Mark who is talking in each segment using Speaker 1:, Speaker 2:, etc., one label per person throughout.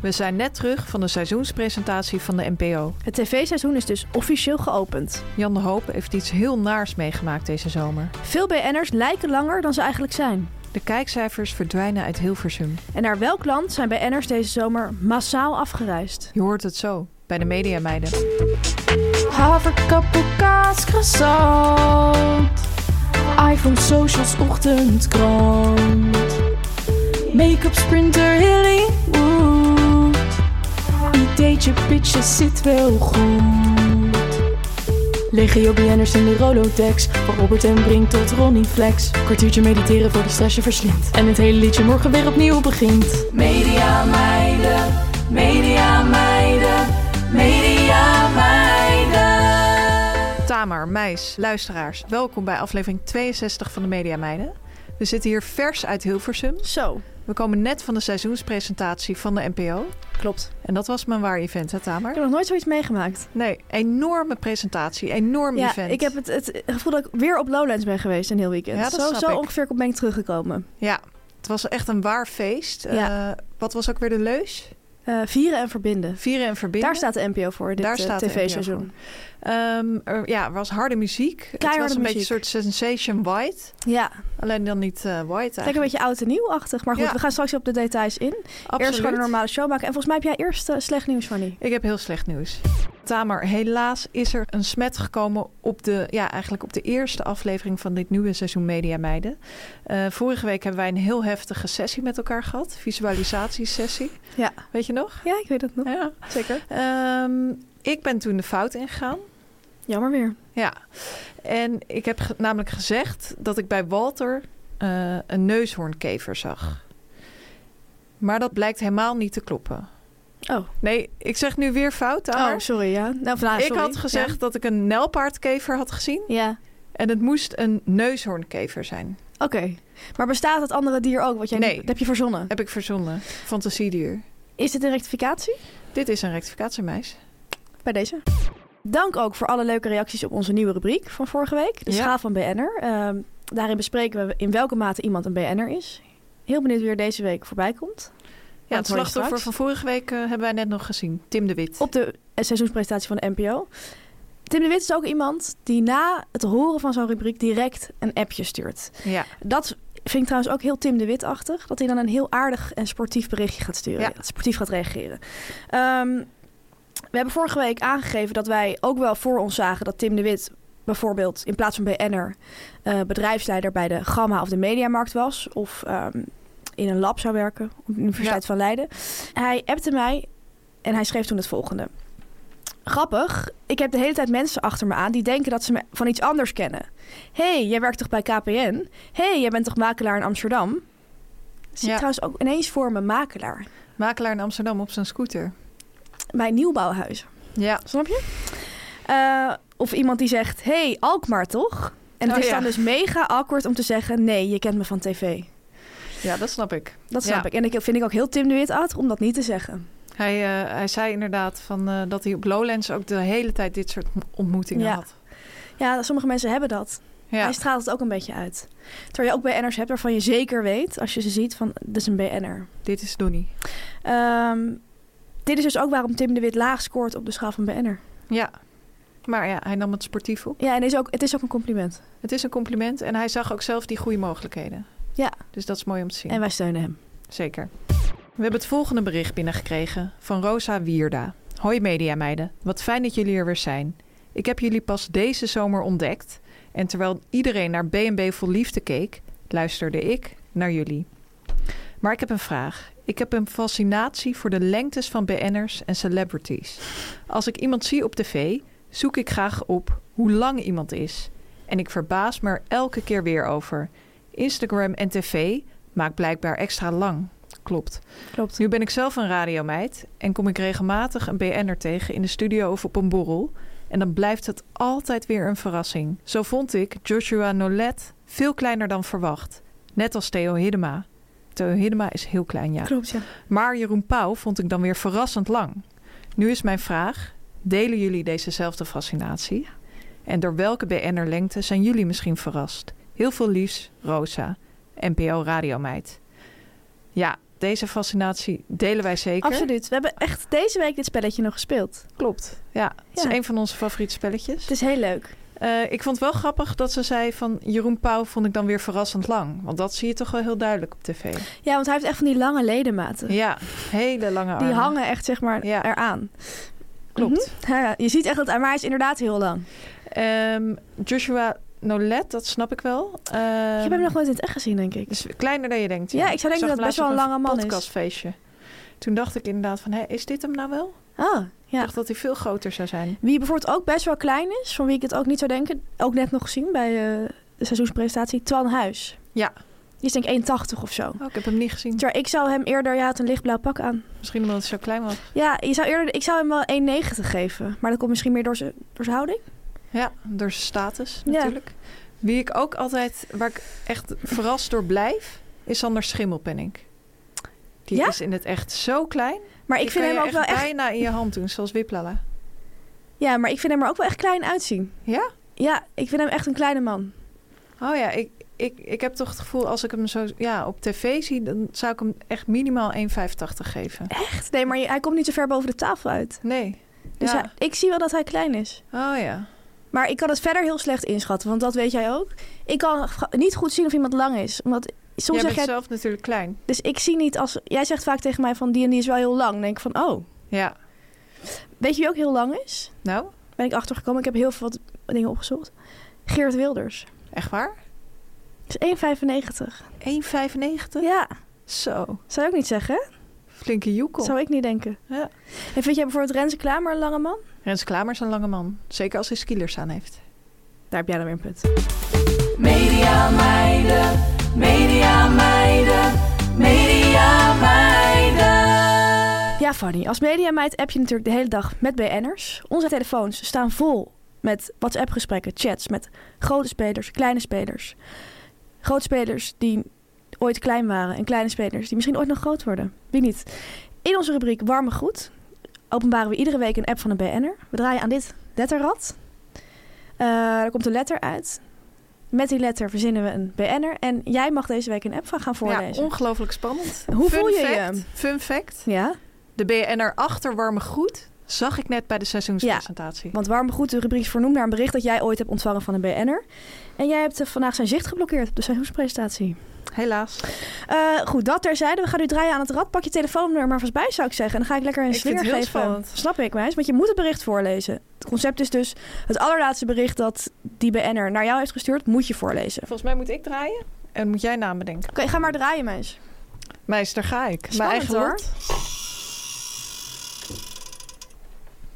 Speaker 1: We zijn net terug van de seizoenspresentatie van de NPO.
Speaker 2: Het tv-seizoen is dus officieel geopend.
Speaker 1: Jan de Hoop heeft iets heel naars meegemaakt deze zomer.
Speaker 2: Veel BN'ers lijken langer dan ze eigenlijk zijn.
Speaker 1: De kijkcijfers verdwijnen uit Hilversum.
Speaker 2: En naar welk land zijn BN'ers deze zomer massaal afgereisd?
Speaker 1: Je hoort het zo bij de Mediameiden.
Speaker 3: Haverkappelkaas croissant. iPhone socials ochtendkrant. Make-up sprinter Hillywood. Ideetje pitches zit wel goed. Legio BN'ers in de Rolodex. Van Robert en Brink tot Ronnie Flex. Kwartiertje mediteren voor die stress je verslindt. En het hele liedje morgen weer opnieuw begint. Media meiden, media meiden, media meiden.
Speaker 1: Tamar, Meis, luisteraars, welkom bij aflevering 62 van de Mediameiden. We zitten hier vers uit Hilversum.
Speaker 2: Zo,
Speaker 1: We komen net van de seizoenspresentatie van de NPO.
Speaker 2: klopt.
Speaker 1: En dat was mijn waar event, hè
Speaker 2: Ik
Speaker 1: Tamar?
Speaker 2: heb nog nooit zoiets meegemaakt.
Speaker 1: Nee, enorme presentatie, enorm
Speaker 2: Ja,
Speaker 1: event.
Speaker 2: ik heb het, het gevoel dat ik weer op Lowlands ben geweest een heel weekend.
Speaker 1: Ja, dat
Speaker 2: zo
Speaker 1: snap
Speaker 2: zo
Speaker 1: ik.
Speaker 2: ongeveer ben ik teruggekomen.
Speaker 1: Ja, het was echt een waar feest.
Speaker 2: Ja.
Speaker 1: Eh, wat was ook weer de leus?
Speaker 2: Eh, vieren en verbinden.
Speaker 1: Vieren en verbinden.
Speaker 2: Daar staat de NPO voor, dit
Speaker 1: Daar
Speaker 2: eh,
Speaker 1: staat de NPO
Speaker 2: tv-seizoen.
Speaker 1: Ehm, er, ja, er was harde muziek. het was
Speaker 2: Keiharde
Speaker 1: een beetje een
Speaker 2: muziek.
Speaker 1: soort Sensation White.
Speaker 2: Ja, het
Speaker 1: Alleen dan niet eh, white
Speaker 2: is lekker een
Speaker 1: eigenlijk.
Speaker 2: beetje oud en nieuw-achtig. Maar goed,
Speaker 1: Ja.
Speaker 2: we gaan straks op de details in. Eerst gewoon een normale show maken. En volgens mij heb jij eerst eh, slecht nieuws, Fanny.
Speaker 1: Ik heb heel slecht nieuws. Tamer, helaas is er een smet gekomen op de, ja, eigenlijk op de eerste aflevering van dit nieuwe seizoen Media Meiden. Eh, vorige week hebben wij een heel heftige sessie met elkaar gehad. Visualisatiesessie.
Speaker 2: Ja.
Speaker 1: Weet je nog?
Speaker 2: Ja, ik weet het nog.
Speaker 1: Ja.
Speaker 2: Zeker.
Speaker 1: Ehm, ik ben toen de fout ingegaan.
Speaker 2: Jammer weer.
Speaker 1: Ja, en ik heb ge- namelijk gezegd dat ik bij Walter eh, een neushoornkever zag. Maar dat blijkt helemaal niet te kloppen.
Speaker 2: Oh.
Speaker 1: Nee, ik zeg nu weer fout, Tamer.
Speaker 2: Oh, sorry, ja. Nou, nou,
Speaker 1: ik
Speaker 2: sorry.
Speaker 1: had gezegd dat ik een nijlpaardkever had gezien.
Speaker 2: Ja, Ja.
Speaker 1: En het moest een neushoornkever zijn.
Speaker 2: oké. Maar bestaat het andere dier ook? Wat jij
Speaker 1: Nee.
Speaker 2: Dat heb je verzonnen.
Speaker 1: Heb ik verzonnen. Fantasiedier.
Speaker 2: Is dit een rectificatie?
Speaker 1: Dit is een rectificatiemeis.
Speaker 2: Bij deze. Dank ook voor alle leuke reacties op onze nieuwe rubriek van vorige week. De
Speaker 1: Ja.
Speaker 2: schaal van BN'er. Ehm, daarin bespreken we in welke mate iemand een BN'er is. Heel benieuwd wie er deze week voorbij komt.
Speaker 1: Ja,
Speaker 2: dat
Speaker 1: het
Speaker 2: hoor je
Speaker 1: slachtoffer
Speaker 2: straks.
Speaker 1: van vorige week eh, hebben wij net nog gezien. Tim de Wit.
Speaker 2: Op de eh, seizoenspresentatie van de NPO. Tim de Wit is ook iemand die na het horen van zo'n rubriek direct een appje stuurt.
Speaker 1: Ja.
Speaker 2: Dat vind ik trouwens ook heel Tim de Wit-achtig. Dat hij dan een heel aardig en sportief berichtje gaat sturen.
Speaker 1: Ja.
Speaker 2: Sportief gaat reageren. Ehm, we hebben vorige week aangegeven dat wij ook wel voor ons zagen... dat Tim de Wit bijvoorbeeld in plaats van BN'er... eh, bedrijfsleider bij de Gamma of de Mediamarkt was. Of ehm, in een lab zou werken op de Universiteit van Leiden. Hij appte mij en hij schreef toen het volgende. Grappig, ik heb de hele tijd mensen achter me aan... die denken dat ze me van iets anders kennen. hey, jij werkt toch bij KPN? hey, jij bent toch makelaar in Amsterdam? Zie
Speaker 1: Ja.
Speaker 2: ik trouwens ook ineens voor me makelaar.
Speaker 1: Makelaar in Amsterdam op zijn scooter.
Speaker 2: Bij nieuwbouwhuizen,
Speaker 1: Ja.
Speaker 2: snap je? Eh, of iemand die zegt, hey, Alkmaar toch? En het
Speaker 1: Oh,
Speaker 2: is
Speaker 1: ja.
Speaker 2: dan dus mega awkward om te zeggen... nee, je kent me van tv.
Speaker 1: ja, dat snap ik.
Speaker 2: Dat snap
Speaker 1: Ja.
Speaker 2: ik. En ik vind ik ook heel Tim de Wit uit om dat niet te zeggen.
Speaker 1: Hij, eh, hij zei inderdaad van, eh, dat hij op Lowlands ook de hele tijd dit soort m- ontmoetingen
Speaker 2: Ja.
Speaker 1: had.
Speaker 2: Ja, sommige mensen hebben dat.
Speaker 1: Ja.
Speaker 2: Hij straalt het ook een beetje uit. Terwijl je ook BN'ers hebt waarvan je zeker weet... als je ze ziet van, dit is een BN'er.
Speaker 1: Dit is Donnie.
Speaker 2: Ehm, Dit is dus ook waarom Tim de Wit laag scoort op de schaal van BN'er.
Speaker 1: Ja. Maar ja, hij nam het sportief op.
Speaker 2: Ja, en is ook, het is ook een compliment.
Speaker 1: Het is een compliment en hij zag ook zelf die goede mogelijkheden.
Speaker 2: Ja.
Speaker 1: Dus dat is mooi om te zien.
Speaker 2: En wij steunen hem.
Speaker 1: Zeker. We hebben het volgende bericht binnengekregen van Rosa Wierda. Hoi mediameiden, wat fijn dat jullie er weer zijn. Ik heb jullie pas deze zomer ontdekt. En terwijl iedereen naar B&B Vol Liefde keek, luisterde ik naar jullie. Maar ik heb een vraag. Ik heb een fascinatie voor de lengtes van BN'ers en celebrities. Als ik iemand zie op tv, zoek ik graag op hoe lang iemand is. En ik verbaas me er elke keer weer over. Instagram en tv maakt blijkbaar extra lang. Klopt.
Speaker 2: Klopt.
Speaker 1: Nu ben ik zelf een radiomeid en kom ik regelmatig een BN'er tegen in de studio of op een borrel. En dan blijft het altijd weer een verrassing. Zo vond ik Joshua Nolet veel kleiner dan verwacht. Net als Theo Hiddema. Theo Hiddema is heel klein, ja.
Speaker 2: Klopt, ja.
Speaker 1: Maar Jeroen Pauw vond ik dan weer verrassend lang. Nu is mijn vraag, delen jullie dezezelfde fascinatie? En door welke BN'er lengte zijn jullie misschien verrast? Heel veel liefs, Rosa, NPO Radiomeid. Ja, deze fascinatie delen wij zeker.
Speaker 2: Absoluut. We hebben echt deze week dit spelletje nog gespeeld.
Speaker 1: Klopt. Ja, het
Speaker 2: Ja.
Speaker 1: is een van onze favoriete spelletjes.
Speaker 2: Het is heel leuk.
Speaker 1: Eh, ik vond het wel grappig dat ze zei van Jeroen Pauw vond ik dan weer verrassend lang. Want dat zie je toch wel heel duidelijk op tv.
Speaker 2: Ja, want hij heeft echt van die lange ledematen.
Speaker 1: Ja, hele lange armen.
Speaker 2: Die Mhm. hangen echt, zeg maar,
Speaker 1: Ja.
Speaker 2: eraan.
Speaker 1: Klopt.
Speaker 2: Ja, ja, je ziet echt dat, maar hij is inderdaad heel lang.
Speaker 1: Ehm, Joshua Nolet, dat snap ik wel. Ehm, Dus-
Speaker 2: ik heb hem nog nooit in het echt gezien, denk ik.
Speaker 1: is kleiner dan je denkt.
Speaker 2: Ja, ik zou denken dat het best wel een lange man is.
Speaker 1: podcastfeestje. Toen dacht ik inderdaad van, hé, is dit hem nou wel?
Speaker 2: Ah,
Speaker 1: Ik
Speaker 2: ja.
Speaker 1: dacht dat hij veel groter zou zijn.
Speaker 2: Wie bijvoorbeeld ook best wel klein is, van wie ik het ook niet zou denken, ook net nog gezien bij eh, de seizoenspresentatie, Twan Huis.
Speaker 1: Ja.
Speaker 2: Die is denk ik 1,80 of zo.
Speaker 1: Oh, ik heb hem niet gezien.
Speaker 2: Terwijl ik zou hem eerder, ja, hij had een lichtblauw pak aan.
Speaker 1: Misschien omdat het zo klein was.
Speaker 2: Ja, je zou eerder, ik zou hem wel 1,90 geven. Maar dat komt misschien meer door zijn door zijn houding.
Speaker 1: Ja, door zijn status
Speaker 2: Ja.
Speaker 1: natuurlijk. Wie ik ook altijd, waar ik echt verrast door blijf, is Sander Schimmelpenninck. Die
Speaker 2: Ja?
Speaker 1: is in het echt zo klein.
Speaker 2: Maar ik
Speaker 1: Die
Speaker 2: vind
Speaker 1: kan
Speaker 2: hem
Speaker 1: je
Speaker 2: ook wel echt.
Speaker 1: bijna in je hand doen, zoals Wiplala.
Speaker 2: Ja, maar ik vind hem er ook wel echt klein uitzien.
Speaker 1: Ja?
Speaker 2: Ja, ik vind hem echt een kleine man.
Speaker 1: Oh ja, ik, ik, ik heb toch het gevoel als ik hem zo ja, op tv zie, dan zou ik hem echt minimaal 1,85 geven.
Speaker 2: Echt? Nee, maar je- hij komt niet zo ver boven de tafel uit.
Speaker 1: Nee.
Speaker 2: Dus
Speaker 1: ja.
Speaker 2: hij- ik zie wel dat hij klein is.
Speaker 1: Oh ja.
Speaker 2: Maar ik kan het verder heel slecht inschatten, want dat weet jij ook. Ik kan g- niet goed zien of iemand lang is. Omdat soms
Speaker 1: Jij bent
Speaker 2: zeg jij.
Speaker 1: zelf natuurlijk klein.
Speaker 2: Dus ik zie niet als. Jij zegt vaak tegen mij van die en die is wel heel lang. Dan denk ik van, oh.
Speaker 1: Ja.
Speaker 2: Weet je wie ook heel lang is?
Speaker 1: Nou,
Speaker 2: Ben ik achtergekomen. Ik heb heel veel wat dingen opgezocht. Geert Wilders.
Speaker 1: echt waar?
Speaker 2: Dat is 1,95.
Speaker 1: 1,95?
Speaker 2: Ja,
Speaker 1: Zo.
Speaker 2: zou je ook niet zeggen. hè?
Speaker 1: Flinke joekel.
Speaker 2: Zou ik niet denken.
Speaker 1: Ja.
Speaker 2: En vind jij bijvoorbeeld Renze Klamer een lange man?
Speaker 1: Rens Klamer is een lange man. Zeker als hij skilers aan heeft.
Speaker 2: Daar heb jij dan weer een punt.
Speaker 3: Media meiden, media meiden, media meiden.
Speaker 2: Ja, Fanny. Als mediameid app je natuurlijk de hele dag met BN'ers. Onze telefoons staan vol met WhatsApp-gesprekken, chats met grote spelers, kleine spelers. Grote spelers die ooit klein waren en kleine spelers die misschien ooit nog groot worden. Wie niet? In onze rubriek Warme Goed openbaren we iedere week een app van een BN'er. We draaien aan dit letterrad. Eh er komt een letter uit. Met die letter verzinnen we een BN'er. En jij mag deze week een app van gaan
Speaker 1: Ja,
Speaker 2: voorlezen.
Speaker 1: ongelooflijk spannend.
Speaker 2: Hoe
Speaker 1: Fun
Speaker 2: voel je je?
Speaker 1: fact, Fun fact.
Speaker 2: ja?
Speaker 1: De BNR achter warme groet zag ik net bij de seizoenspresentatie.
Speaker 2: Want warm goed, de rubriek is vernoemd naar een bericht dat jij ooit hebt ontvangen van een BN'er. En jij hebt eh, vandaag zijn zicht geblokkeerd op de seizoenspresentatie.
Speaker 1: Helaas.
Speaker 2: Eh, goed, dat terzijde. We gaan nu draaien aan het rad. Pak je telefoonnummer maar vast bij, zou ik zeggen. En dan ga ik lekker een
Speaker 1: Ik vind
Speaker 2: slinger
Speaker 1: het heel
Speaker 2: geven.
Speaker 1: spannend.
Speaker 2: Snap ik, meis. Want je moet het bericht voorlezen. Het concept is dus het allerlaatste bericht dat die BN'er naar jou heeft gestuurd, moet je voorlezen. Oké,
Speaker 1: Volgens mij moet ik draaien. En moet jij namen denken.
Speaker 2: ga maar draaien, meis.
Speaker 1: Meis, daar ga ik. Mijn
Speaker 2: Spannend,
Speaker 1: eigen
Speaker 2: hoor.
Speaker 1: lot.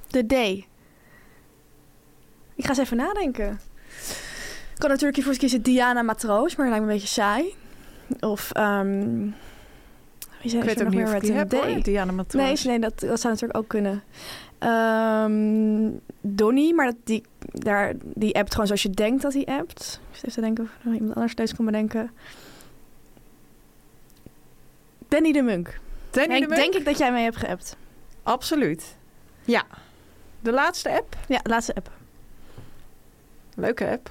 Speaker 2: De D. Ik ga eens even nadenken. Ik kan natuurlijk hiervoor kiezen Diana Matroos, maar dat lijkt me een beetje saai. Of, ehm wie zijn
Speaker 1: Ik weet
Speaker 2: er
Speaker 1: ook
Speaker 2: nog
Speaker 1: niet
Speaker 2: meer
Speaker 1: of ik
Speaker 2: met
Speaker 1: die
Speaker 2: een
Speaker 1: heb
Speaker 2: D?
Speaker 1: hoor. Diana Matroos.
Speaker 2: Nee, nee dat, dat zou natuurlijk ook kunnen. Ehm Donnie, maar dat, die, daar, die appt gewoon zoals je denkt dat hij appt. Ik zit even te denken of er nog iemand anders leuks kan bedenken. Danny de Munk.
Speaker 1: Danny
Speaker 2: Ja,
Speaker 1: de
Speaker 2: ik
Speaker 1: Munk?
Speaker 2: denk ik dat jij mee hebt geappt.
Speaker 1: Absoluut. Ja. De laatste app.
Speaker 2: Ja, laatste app.
Speaker 1: Leuke app.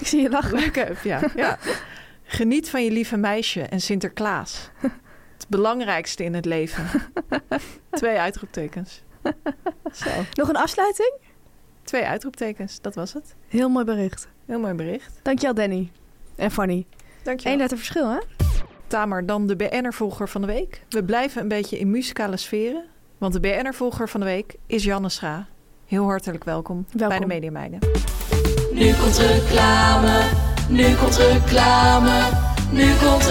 Speaker 2: Ik zie je lachen.
Speaker 1: Leuke app, ja. ja. Geniet van je lieve meisje en Sinterklaas. het belangrijkste in het leven. Twee uitroeptekens. Zo,
Speaker 2: Nog een afsluiting?
Speaker 1: twee uitroeptekens, dat was het.
Speaker 2: Heel mooi bericht.
Speaker 1: Heel mooi bericht.
Speaker 2: Dankjewel Danny. En Fanny. Eén
Speaker 1: Dankjewel.
Speaker 2: letter verschil, hè?
Speaker 1: Tamer, dan de BN'er-volger van de week. We blijven een beetje in muzikale sferen, want de BN'er-volger van de week is Janne Schra. Heel hartelijk welkom, bij de
Speaker 2: Welkom.
Speaker 1: Media Meiden.
Speaker 3: Nu komt reclame, nu komt reclame, nu komt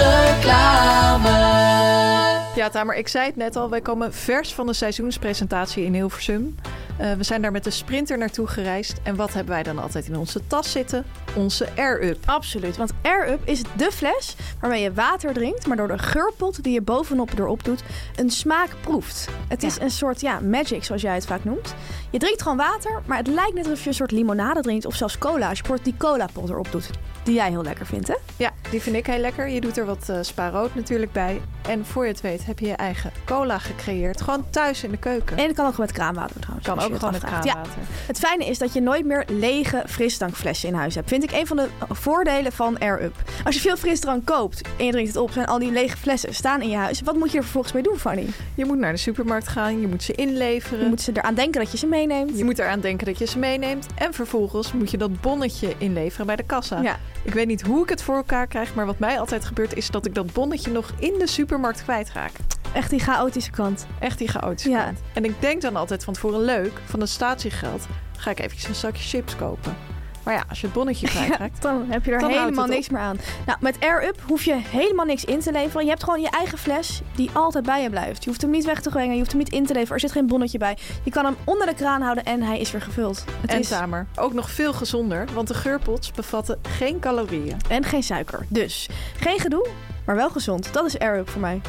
Speaker 3: reclame.
Speaker 1: Ja, Tamer, ik zei het net al. Wij komen vers van de seizoenspresentatie in Hilversum. Eh, we zijn daar met de sprinter naartoe gereisd. En wat hebben wij dan altijd in onze tas zitten? Onze Air-Up.
Speaker 2: Absoluut, want Air-Up is de fles waarmee je water drinkt, maar door de geurpot die je bovenop erop doet, een smaak proeft. Het is een soort ja, magic, zoals jij het vaak noemt. Je drinkt gewoon water, maar het lijkt net alsof je een soort limonade drinkt of zelfs cola, als je bijvoorbeeld die colapot erop doet. Die jij heel lekker vindt, hè?
Speaker 1: Ja, die vind ik heel lekker. Je doet er wat eh spa rood natuurlijk bij. En voor je het weet heb je je eigen cola gecreëerd. Gewoon thuis in de keuken.
Speaker 2: En dat kan ook met kraanwater trouwens.
Speaker 1: kan
Speaker 2: als je
Speaker 1: ook gewoon
Speaker 2: het
Speaker 1: het
Speaker 2: afvraagt. Ja,
Speaker 1: kraanwater.
Speaker 2: Het fijne is dat je nooit meer lege frisdrankflessen in huis hebt. Vind ik een van de voordelen van Air-Up. Als je veel frisdrank koopt en je drinkt het op, zijn al die lege flessen staan in je huis. Wat moet je er vervolgens mee doen, Fanny?
Speaker 1: Je moet naar de supermarkt gaan. Je moet ze inleveren.
Speaker 2: Je moet ze eraan denken dat je ze meeneemt.
Speaker 1: Je moet eraan denken dat je ze meeneemt. En vervolgens moet je dat bonnetje inleveren bij de kassa.
Speaker 2: Ja.
Speaker 1: Ik weet niet hoe ik het voor elkaar krijg, maar wat mij altijd gebeurt is dat ik dat bonnetje nog in de supermarkt kwijtraak.
Speaker 2: Echt die chaotische kant.
Speaker 1: Echt die chaotische
Speaker 2: Ja.
Speaker 1: kant. En ik denk dan altijd van tevoren leuk, van het statiegeld ga ik eventjes een zakje chips kopen. Maar ja, als je het bonnetje kwijtraakt,
Speaker 2: Dan heb je er
Speaker 1: Dan houdt
Speaker 2: helemaal
Speaker 1: het op.
Speaker 2: niks meer aan. Nou, met Air-Up hoef je helemaal niks in te leveren. Je hebt gewoon je eigen fles die altijd bij je blijft. Je hoeft hem niet weg te brengen, je hoeft hem niet in te leveren. Er zit geen bonnetje bij. Je kan hem onder de kraan houden en hij is weer gevuld. Het
Speaker 1: en
Speaker 2: is...
Speaker 1: tamer. Ook nog veel gezonder, want de geurpots bevatten geen calorieën.
Speaker 2: En geen suiker. Dus geen gedoe, maar wel gezond. Dat is Air-Up voor mij.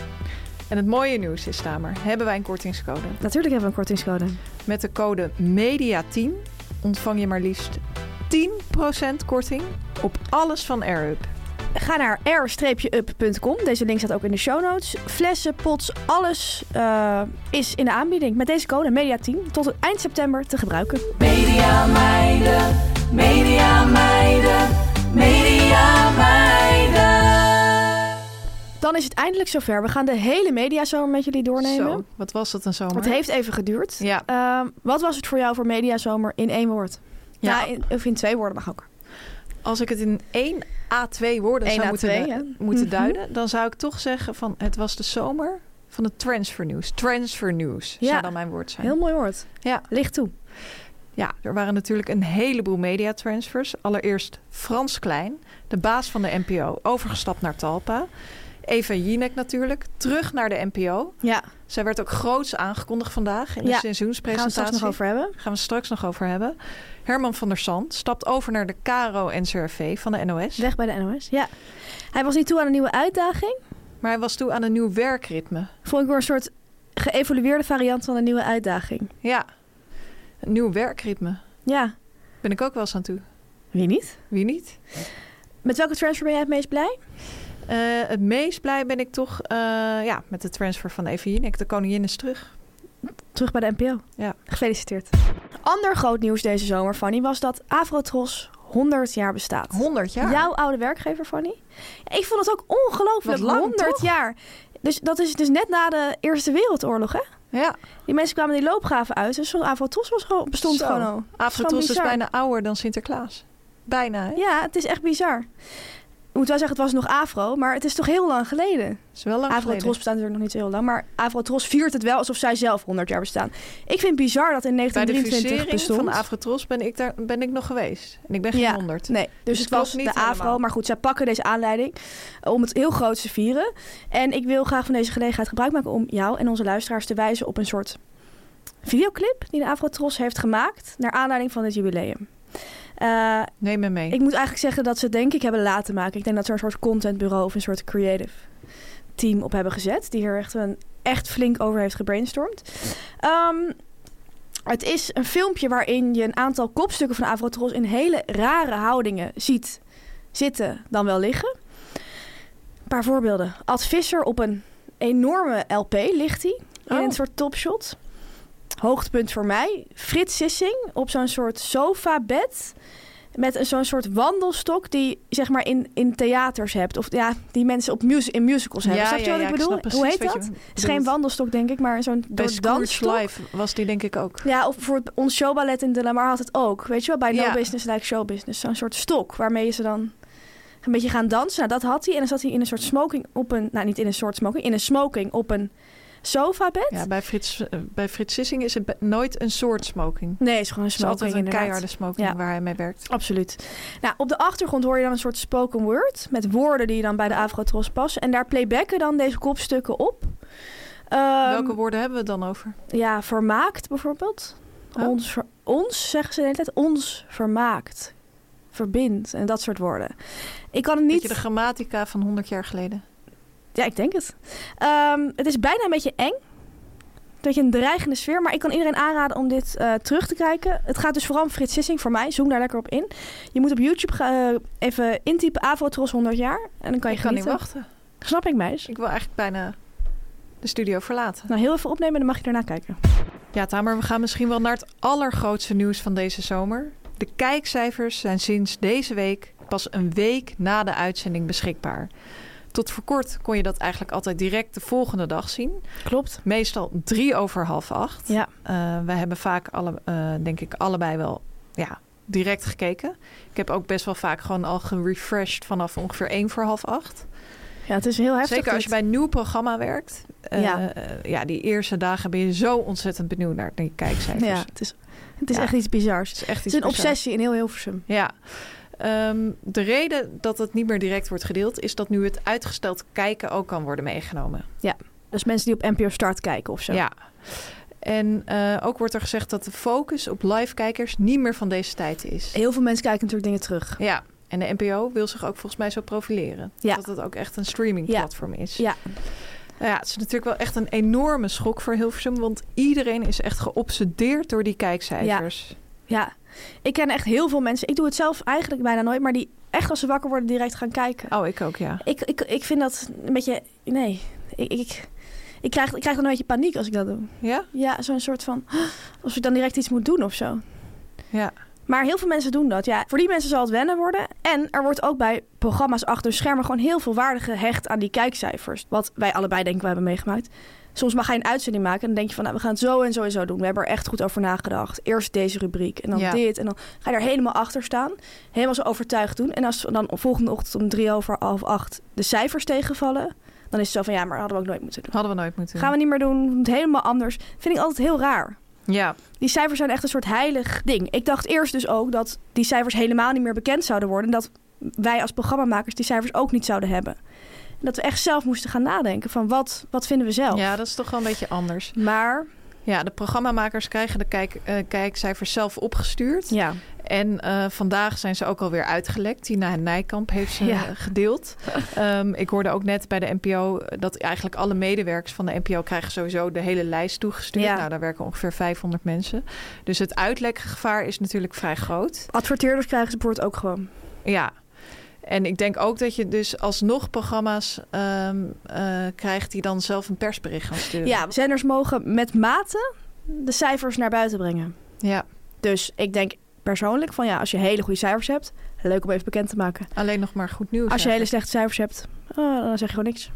Speaker 1: En het mooie nieuws is, tamer, hebben wij een kortingscode.
Speaker 2: Natuurlijk hebben we een kortingscode.
Speaker 1: Met de code MEDIA10 ontvang je maar liefst 10% korting op alles van AirUp.
Speaker 2: Ga naar air-up.com. Deze link staat ook in de show notes. Flessen, pots, alles eh, is in de aanbieding. Met deze code MEDIA10 tot het eind september te gebruiken.
Speaker 3: Media meiden, media meiden, media meiden.
Speaker 2: Dan is het eindelijk zover. We gaan de hele mediazomer met jullie doornemen.
Speaker 1: Zo, wat was dat een zomer?
Speaker 2: Het heeft even geduurd.
Speaker 1: Ja,
Speaker 2: Ehm, wat was het voor jou voor mediazomer in één woord?
Speaker 1: Ja.
Speaker 2: Nou, in- of in twee woorden mag ook.
Speaker 1: als ik het in 1 A2 woorden
Speaker 2: 1
Speaker 1: zou
Speaker 2: à
Speaker 1: moeten,
Speaker 2: 2, hè?
Speaker 1: moeten
Speaker 2: Mhm.
Speaker 1: duiden, dan zou ik toch zeggen van het was de zomer van het transfernieuws. Transfernieuws
Speaker 2: Ja.
Speaker 1: zou dan mijn woord zijn.
Speaker 2: Heel mooi woord.
Speaker 1: Ja.
Speaker 2: Licht toe.
Speaker 1: Ja, er waren natuurlijk een heleboel mediatransfers. Allereerst Frans Klein, de baas van de NPO, overgestapt naar Talpa. Eva Jinek natuurlijk, terug naar de NPO.
Speaker 2: Ja,
Speaker 1: Zij werd ook groots aangekondigd vandaag in de
Speaker 2: Ja, daar gaan we het
Speaker 1: seizoenspresentatie.
Speaker 2: straks nog over hebben.
Speaker 1: Gaan we straks nog over hebben. Herman van der Sand stapt over naar de Caro en CRV van de NOS.
Speaker 2: Weg bij de NOS, ja. Hij was niet toe aan een nieuwe uitdaging.
Speaker 1: Maar hij was toe aan een nieuw werkritme.
Speaker 2: Vond ik wel een soort geëvolueerde variant van een nieuwe uitdaging.
Speaker 1: Ja, een nieuw werkritme.
Speaker 2: Ja,
Speaker 1: Ben ik ook wel eens aan toe.
Speaker 2: wie niet?
Speaker 1: Wie niet?
Speaker 2: Met welke transfer ben jij het meest blij?
Speaker 1: Eh, het meest blij ben ik toch eh, ja, met de transfer van Eva Jinek. De koningin is terug.
Speaker 2: Terug bij de NPO.
Speaker 1: Ja.
Speaker 2: Gefeliciteerd. Ander groot nieuws deze zomer, Fanny, was dat Afrotros 100 jaar bestaat.
Speaker 1: 100 jaar.
Speaker 2: Jouw oude werkgever, Fanny. Ik vond het ook ongelooflijk.
Speaker 1: Wat lang,
Speaker 2: 100
Speaker 1: toch?
Speaker 2: jaar. Dus dat is dus net na de Eerste Wereldoorlog, hè?
Speaker 1: Ja,
Speaker 2: Die mensen kwamen die loopgraven uit. Dus zo'n Afrotros was gewoon, bestond
Speaker 1: Zo.
Speaker 2: gewoon al.
Speaker 1: Avrotros is
Speaker 2: bizar.
Speaker 1: bijna ouder dan Sinterklaas. Bijna, hè?
Speaker 2: Ja, het is echt bizar. Ik moet wel zeggen, het was nog Afro, maar het is toch heel lang geleden.
Speaker 1: Is wel lang
Speaker 2: Afro Tros
Speaker 1: geleden.
Speaker 2: bestaat natuurlijk nog niet zo heel lang, maar Afro Tros viert het wel alsof zij zelf 100 jaar bestaan. Ik vind het bizar dat in
Speaker 1: Bij de
Speaker 2: 1923
Speaker 1: fusering
Speaker 2: bestond.
Speaker 1: van Avrotros ben ik, daar, ben ik nog geweest. En ik ben geen
Speaker 2: Ja.
Speaker 1: 100.
Speaker 2: Nee, dus,
Speaker 1: Dus
Speaker 2: het
Speaker 1: klopt
Speaker 2: was
Speaker 1: niet
Speaker 2: de Afro.
Speaker 1: helemaal.
Speaker 2: Maar goed, zij pakken deze aanleiding om het heel groot te vieren. En ik wil graag van deze gelegenheid gebruik maken om jou en onze luisteraars te wijzen op een soort videoclip die de Afro Tros heeft gemaakt naar aanleiding van dit jubileum. Eh,
Speaker 1: Neem me mee.
Speaker 2: Ik moet eigenlijk zeggen dat ze het denk ik hebben laten maken. Ik denk dat ze er een soort contentbureau of een soort creative team op hebben gezet. Die hier echt, een, echt flink over heeft gebrainstormd. Ehm, het is een filmpje waarin je een aantal kopstukken van Avrotros in hele rare houdingen ziet zitten dan wel liggen. Een paar voorbeelden. Ad Visser op een enorme LP ligt hij. In
Speaker 1: Oh.
Speaker 2: een soort topshot. Hoogtepunt voor mij. Frits Sissing op zo'n soort sofabed. Met een- zo'n soort wandelstok die zeg maar in, in theaters hebt. Of ja, die mensen op mus in musicals hebben. snap je wat ik bedoel?
Speaker 1: snap precies
Speaker 2: Hoe heet
Speaker 1: wat
Speaker 2: dat?
Speaker 1: je
Speaker 2: Het is geen
Speaker 1: bedoelt.
Speaker 2: wandelstok, denk ik, maar zo'n
Speaker 1: Bij
Speaker 2: door
Speaker 1: Scourge
Speaker 2: dansstok.
Speaker 1: Live was die denk ik ook.
Speaker 2: Ja, of bijvoorbeeld ons showballet in De La Mar had het ook. Weet je wel, bij No
Speaker 1: Ja.
Speaker 2: Business Like Show Business. Zo'n soort stok waarmee ze dan een beetje gaan dansen. Nou, dat had hij. En dan zat hij in een soort smoking op een... Nou, niet in een soort smoking. In een smoking op een sofabed.
Speaker 1: Ja, bij Frits, eh, bij Frits Sissing is het be- nooit een soort smoking.
Speaker 2: Nee, het is gewoon een
Speaker 1: Het is
Speaker 2: smoking
Speaker 1: altijd een
Speaker 2: inderdaad.
Speaker 1: keiharde smoking
Speaker 2: Ja.
Speaker 1: waar hij mee werkt.
Speaker 2: Absoluut. Nou, op de achtergrond hoor je dan een soort spoken word. Met woorden die dan bij de Afrotros passen. En daar playbacken dan deze kopstukken op. Ehm,
Speaker 1: Welke woorden hebben we het dan over?
Speaker 2: Ja, vermaakt bijvoorbeeld.
Speaker 1: Oh.
Speaker 2: Ons, ver- ons, zeggen ze de hele tijd, ons vermaakt. Verbindt en dat soort woorden. Ik kan het
Speaker 1: Niet...
Speaker 2: niet...
Speaker 1: je de grammatica van 100 jaar geleden.
Speaker 2: Ja, ik denk het. Ehm, het is bijna een beetje eng. Een beetje een dreigende sfeer. Maar ik kan iedereen aanraden om dit eh, terug te kijken. Het gaat dus vooral om Frits Sissing voor mij. Zoom daar lekker op in. Je moet op YouTube ga- eh, even intypen Avotros 100 jaar. En dan kan je
Speaker 1: ik kan niet
Speaker 2: genieten.
Speaker 1: wachten.
Speaker 2: Snap ik, meis?
Speaker 1: Ik wil eigenlijk bijna de studio verlaten.
Speaker 2: Nou, heel even opnemen en dan mag je daarna kijken.
Speaker 1: Ja, Tamer, we gaan misschien wel naar het allergrootste nieuws van deze zomer. De kijkcijfers zijn sinds deze week pas een week na de uitzending beschikbaar. Tot voor kort kon je dat eigenlijk altijd direct de volgende dag zien.
Speaker 2: Klopt.
Speaker 1: Meestal drie over half acht.
Speaker 2: Ja.
Speaker 1: Eh, we hebben vaak, alle, eh, denk ik, allebei wel ja, direct gekeken. Ik heb ook best wel vaak gewoon al gerefreshed vanaf ongeveer één voor half acht.
Speaker 2: Ja, het is heel heftig.
Speaker 1: Zeker als je
Speaker 2: dit.
Speaker 1: bij een nieuw programma werkt. Eh,
Speaker 2: Ja.
Speaker 1: eh, ja, die eerste dagen ben je zo ontzettend benieuwd naar die kijkcijfers.
Speaker 2: Ja, het is, het is
Speaker 1: Ja.
Speaker 2: echt iets bizars.
Speaker 1: Het is echt
Speaker 2: Het
Speaker 1: iets
Speaker 2: is een
Speaker 1: bizar.
Speaker 2: obsessie in heel Hilversum.
Speaker 1: Ja. Ehm, de reden dat het niet meer direct wordt gedeeld is dat nu het uitgesteld kijken ook kan worden meegenomen.
Speaker 2: Dus mensen die op NPO Start kijken of zo.
Speaker 1: Ja. En eh, ook wordt er gezegd dat de focus op live kijkers niet meer van deze tijd is.
Speaker 2: Heel veel mensen kijken natuurlijk dingen terug.
Speaker 1: Ja. En de NPO wil zich ook volgens mij zo profileren.
Speaker 2: Ja.
Speaker 1: Dat het ook echt een streamingplatform is.
Speaker 2: Ja.
Speaker 1: Nou ja, het is natuurlijk wel echt een enorme schok voor Hilversum. Want iedereen is echt geobsedeerd door die kijkcijfers.
Speaker 2: Ja. Ik ken echt heel veel mensen. Ik doe het zelf eigenlijk bijna nooit. Maar die echt als ze wakker worden direct gaan kijken.
Speaker 1: Oh, ik ook, ja.
Speaker 2: Ik, ik, ik vind dat een beetje... Nee. Ik, ik, ik, krijg, ik krijg dan een beetje paniek als ik dat doe.
Speaker 1: Ja?
Speaker 2: Ja, zo'n soort van... Of ik dan direct iets moet doen of zo.
Speaker 1: Ja.
Speaker 2: Maar heel veel mensen doen dat. Ja, voor die mensen zal het wennen worden. En er wordt ook bij programma's achter de schermen gewoon heel veel waarde gehecht aan die kijkcijfers. Wat wij allebei denken we hebben meegemaakt. Soms mag je een uitzending maken en dan denk je van nou, we gaan het zo en zo en zo doen. We hebben er echt goed over nagedacht. Eerst deze rubriek en dan
Speaker 1: Ja.
Speaker 2: dit. En dan ga je er helemaal achter staan. Helemaal zo overtuigd doen. En als we dan op volgende ochtend om drie over half acht de cijfers tegenvallen. Dan is het zo van ja, maar dat hadden we ook nooit moeten doen.
Speaker 1: Hadden we nooit moeten doen.
Speaker 2: Gaan we niet meer doen. we doen het helemaal anders. Vind ik altijd heel raar.
Speaker 1: Ja.
Speaker 2: Die cijfers zijn echt een soort heilig ding. Ik dacht eerst dus ook dat die cijfers helemaal niet meer bekend zouden worden. En dat wij als programmamakers die cijfers ook niet zouden hebben. En dat we echt zelf moesten gaan nadenken van wat, wat vinden we zelf.
Speaker 1: ja, dat is toch wel een beetje anders.
Speaker 2: Maar
Speaker 1: Ja, de programmamakers krijgen de kijk, eh, kijkcijfers zelf opgestuurd.
Speaker 2: ja,
Speaker 1: En eh, vandaag zijn ze ook alweer uitgelekt. Tina Nijkamp heeft ze
Speaker 2: Ja.
Speaker 1: eh, gedeeld. Ehm, ik hoorde ook net bij de NPO dat eigenlijk alle medewerkers van de NPO krijgen sowieso de hele lijst toegestuurd.
Speaker 2: Ja.
Speaker 1: Nou, daar werken ongeveer 500 mensen. Dus het uitlekgevaar is natuurlijk vrij groot.
Speaker 2: adverteerders krijgen ze bijvoorbeeld ook gewoon.
Speaker 1: Ja. En ik denk ook dat je dus alsnog programma's ehm, eh, krijgt die dan zelf een persbericht gaan sturen.
Speaker 2: Ja, zenders mogen met mate de cijfers naar buiten brengen.
Speaker 1: ja.
Speaker 2: Dus ik denk persoonlijk van ja, als je hele goede cijfers hebt, leuk om even bekend te maken.
Speaker 1: Alleen nog maar goed nieuws.
Speaker 2: Als je hele
Speaker 1: eigenlijk.
Speaker 2: slechte cijfers hebt, eh, dan zeg je gewoon niks.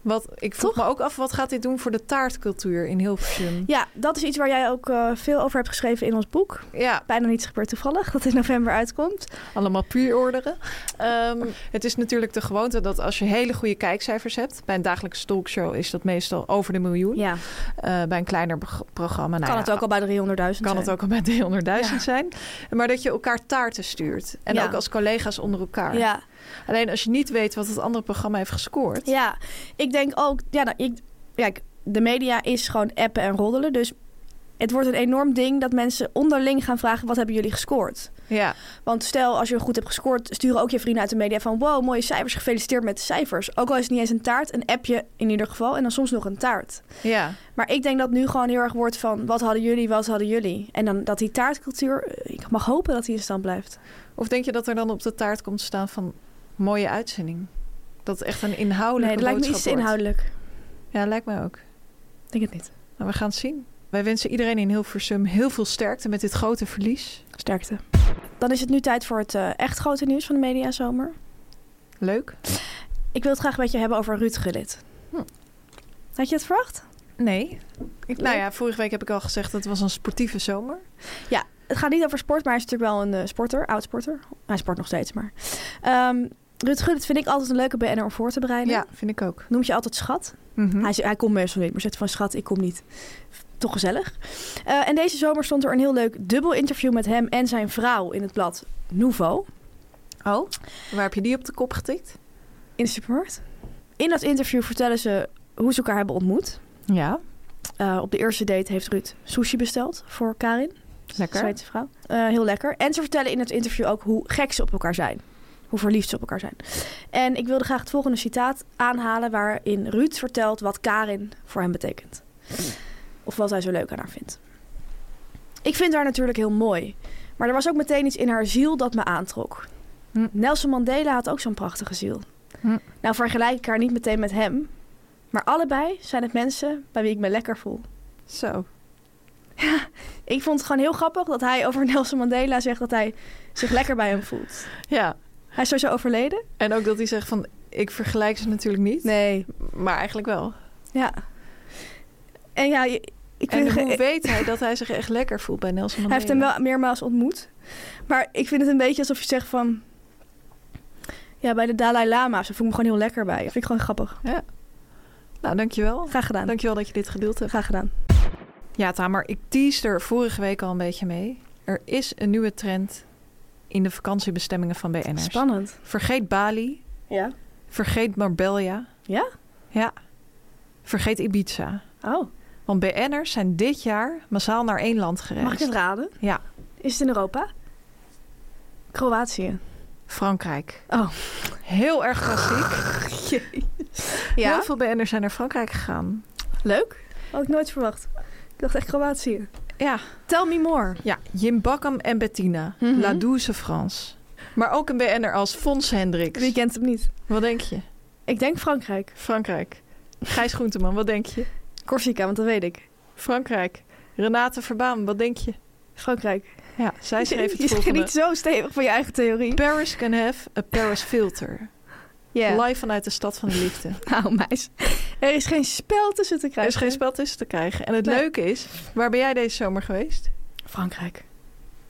Speaker 1: Wat, ik vroeg me ook af, wat gaat dit doen voor de taartcultuur in Hilversum?
Speaker 2: Ja, dat is iets waar jij ook eh, veel over hebt geschreven in ons boek.
Speaker 1: Ja,
Speaker 2: bijna niets gebeurt toevallig dat in november uitkomt.
Speaker 1: allemaal pre-orderen. Ehm, het is natuurlijk de gewoonte dat als je hele goede kijkcijfers hebt... bij een dagelijkse talkshow is dat meestal over de miljoen.
Speaker 2: Ja,
Speaker 1: Eh, bij een kleiner beg- programma... nou
Speaker 2: kan
Speaker 1: ja,
Speaker 2: het ook al bij de 300.000
Speaker 1: kan
Speaker 2: zijn.
Speaker 1: het ook al bij 300.000 zijn. Maar dat je elkaar taarten stuurt. En
Speaker 2: Ja.
Speaker 1: ook als collega's onder elkaar.
Speaker 2: Ja,
Speaker 1: Alleen als je niet weet wat het andere programma heeft gescoord...
Speaker 2: ja, ik denk ook, ja, nou, ik, kijk, de media is gewoon appen en roddelen, dus het wordt een enorm ding dat mensen onderling gaan vragen wat hebben jullie gescoord.
Speaker 1: Ja,
Speaker 2: Want stel als je goed hebt gescoord, sturen ook je vrienden uit de media van wow mooie cijfers, gefeliciteerd met de cijfers. Ook al is het niet eens een taart, een appje in ieder geval en dan soms nog een taart.
Speaker 1: ja.
Speaker 2: Maar ik denk dat nu gewoon heel erg wordt van wat hadden jullie, wat hadden jullie. En dan dat die taartcultuur, eh, ik mag hopen dat die in stand blijft.
Speaker 1: Of denk je dat er dan op de taart komt te staan van mooie uitzending? Dat het echt een
Speaker 2: Nee,
Speaker 1: inhoudelijke
Speaker 2: dat lijkt me iets
Speaker 1: boodschap
Speaker 2: te
Speaker 1: wordt.
Speaker 2: inhoudelijk.
Speaker 1: Ja, lijkt mij ook. Nou,
Speaker 2: Ik denk het niet.
Speaker 1: Maar we gaan het zien. Wij wensen iedereen in Hilversum heel veel sterkte met dit grote verlies.
Speaker 2: Sterkte. dan is het nu tijd voor het eh, echt grote nieuws van de mediazomer.
Speaker 1: Leuk.
Speaker 2: Ik wil het graag met je hebben over Ruud Gullit.
Speaker 1: Hm.
Speaker 2: Had je het verwacht?
Speaker 1: Nee. Ik, nou ja, vorige week heb ik al gezegd dat het was een sportieve zomer.
Speaker 2: Het gaat niet over sport, maar hij is natuurlijk wel een eh, sporter, oud-sporter. Hij sport nog steeds, maar... Ehm Ruud Gullit vind ik altijd een leuke BNR om voor te bereiden.
Speaker 1: Ja, vind ik ook.
Speaker 2: Noemt je altijd schat.
Speaker 1: Mhm.
Speaker 2: Hij, hij komt meestal niet, maar zegt van schat, ik kom niet. Toch gezellig. Eh, en deze zomer stond er een heel leuk dubbel interview met hem en zijn vrouw in het blad Nouveau.
Speaker 1: Oh, waar heb je die op de kop getikt?
Speaker 2: in de supermarkt. In dat interview vertellen ze hoe ze elkaar hebben ontmoet.
Speaker 1: Ja,
Speaker 2: Eh, op de eerste date heeft Ruud sushi besteld voor Karin, de
Speaker 1: lekker.
Speaker 2: Zweedse vrouw. Eh, heel lekker. En ze vertellen in het interview ook hoe gek ze op elkaar zijn. Hoe verliefd ze op elkaar zijn. En ik wilde graag het volgende citaat aanhalen waarin Ruud vertelt wat Karin voor hem betekent. Of wat hij zo leuk aan haar vindt. Ik vind haar natuurlijk heel mooi. Maar er was ook meteen iets in haar ziel dat me aantrok.
Speaker 1: Hm.
Speaker 2: Nelson Mandela had ook zo'n prachtige ziel.
Speaker 1: Hm.
Speaker 2: Nou vergelijk ik haar niet meteen met hem. Maar allebei zijn het mensen bij wie ik me lekker voel.
Speaker 1: Zo.
Speaker 2: Ik vond het gewoon heel grappig dat hij over Nelson Mandela zegt dat hij zich lekker bij hem voelt.
Speaker 1: Ja,
Speaker 2: Hij is sowieso overleden?
Speaker 1: en ook dat hij zegt van, ik vergelijk ze natuurlijk niet.
Speaker 2: Nee.
Speaker 1: Maar eigenlijk wel.
Speaker 2: Ja. En ja, je- ik
Speaker 1: En
Speaker 2: vind
Speaker 1: hoe
Speaker 2: hij
Speaker 1: weet hij dat hij zich echt lekker voelt bij Nelson Mandela?
Speaker 2: heeft hem wel meermaals ontmoet. Maar ik vind het een beetje alsof je zegt van... Ja, bij de Dalai Lama. Ze voel ik me gewoon heel lekker bij. Dat vind ik gewoon grappig.
Speaker 1: Nou, dankjewel.
Speaker 2: Graag gedaan.
Speaker 1: Dankjewel dat je dit gedeeld hebt.
Speaker 2: Graag gedaan.
Speaker 1: Ja, Tamer, ik teasde er vorige week al een beetje mee. Er is een nieuwe trend in de vakantiebestemmingen van BN'ers.
Speaker 2: Spannend.
Speaker 1: Vergeet Bali,
Speaker 2: Ja.
Speaker 1: vergeet Marbella.
Speaker 2: Ja?
Speaker 1: Ja. Vergeet Ibiza.
Speaker 2: Oh.
Speaker 1: Want BN'ers zijn dit jaar massaal naar één land gereisd.
Speaker 2: Mag ik het raden?
Speaker 1: Ja,
Speaker 2: Is het in Europa? Kroatië.
Speaker 1: Frankrijk.
Speaker 2: Oh.
Speaker 1: Heel erg klassiek. Heel
Speaker 2: Ja.
Speaker 1: veel BN'ers zijn naar Frankrijk gegaan.
Speaker 2: Leuk. Had ik nooit verwacht. Ik dacht echt Kroatië.
Speaker 1: Ja,
Speaker 2: Tell me more.
Speaker 1: ja. Jim Bakkam en Bettina.
Speaker 2: Mhm.
Speaker 1: La Douce France. Maar ook een BN'er als Fons Hendricks.
Speaker 2: Wie kent hem niet?
Speaker 1: Wat denk je?
Speaker 2: Ik denk Frankrijk.
Speaker 1: Frankrijk. Gijs Groenteman, wat denk je?
Speaker 2: Corsica, want dat weet ik.
Speaker 1: Frankrijk. Renate Verbaan, wat denk je?
Speaker 2: Frankrijk.
Speaker 1: Ja, zij schreef
Speaker 2: je
Speaker 1: het
Speaker 2: bent
Speaker 1: volgende.
Speaker 2: niet zo stevig van je eigen theorie.
Speaker 1: Paris can have a Paris filter.
Speaker 2: Ja.
Speaker 1: Live vanuit de stad van de liefde.
Speaker 2: Nou, meis. Er is geen spel tussen te
Speaker 1: Er
Speaker 2: krijgen.
Speaker 1: is geen spel tussen te krijgen. En het
Speaker 2: Nee.
Speaker 1: leuke is, waar ben jij deze zomer geweest?
Speaker 2: Frankrijk.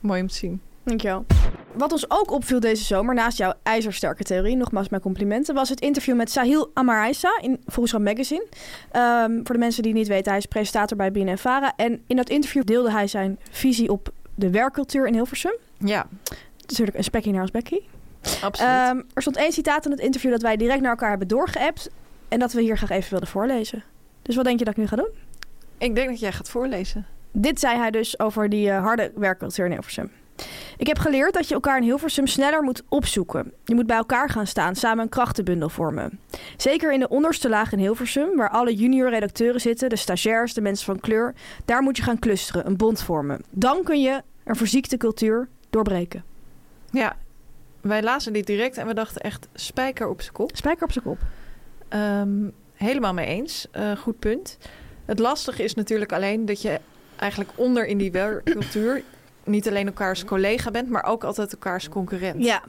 Speaker 1: Mooi om te zien.
Speaker 2: Dankjewel. Wat ons ook opviel deze zomer, naast jouw ijzersterke theorie, nogmaals mijn complimenten, was het interview met Sahil Amaraisa in Volkskrant Magazine. Ehm, voor de mensen die het niet weten, hij is presentator bij BNNVARA. En in dat interview deelde hij zijn visie op de werkcultuur in Hilversum.
Speaker 1: Ja,
Speaker 2: Natuurlijk een spekkie naar ons bekkie.
Speaker 1: absoluut.
Speaker 2: Ehm, er stond één citaat in het interview dat wij direct naar elkaar hebben doorgeappt. En dat we hier graag even wilden voorlezen. Dus wat denk je dat ik nu ga doen?
Speaker 1: ik denk dat jij gaat voorlezen.
Speaker 2: Dit zei hij dus over die eh, harde werkcultuur in Hilversum. Ik heb geleerd dat je elkaar in Hilversum sneller moet opzoeken. Je moet bij elkaar gaan staan, samen een krachtenbundel vormen. Zeker in de onderste laag in Hilversum, waar alle junior-redacteuren zitten, de stagiairs, de mensen van kleur, daar moet je gaan clusteren, een bond vormen. Dan kun je een verziekte cultuur doorbreken.
Speaker 1: Ja, wij lazen dit direct en we dachten echt spijker op zijn kop.
Speaker 2: Spijker op zijn kop.
Speaker 1: Ehm, helemaal mee eens. Eh, goed punt. Het lastige is natuurlijk alleen dat je eigenlijk onder in die werkcultuur niet alleen elkaars collega bent, maar ook altijd elkaars concurrent.
Speaker 2: Ja,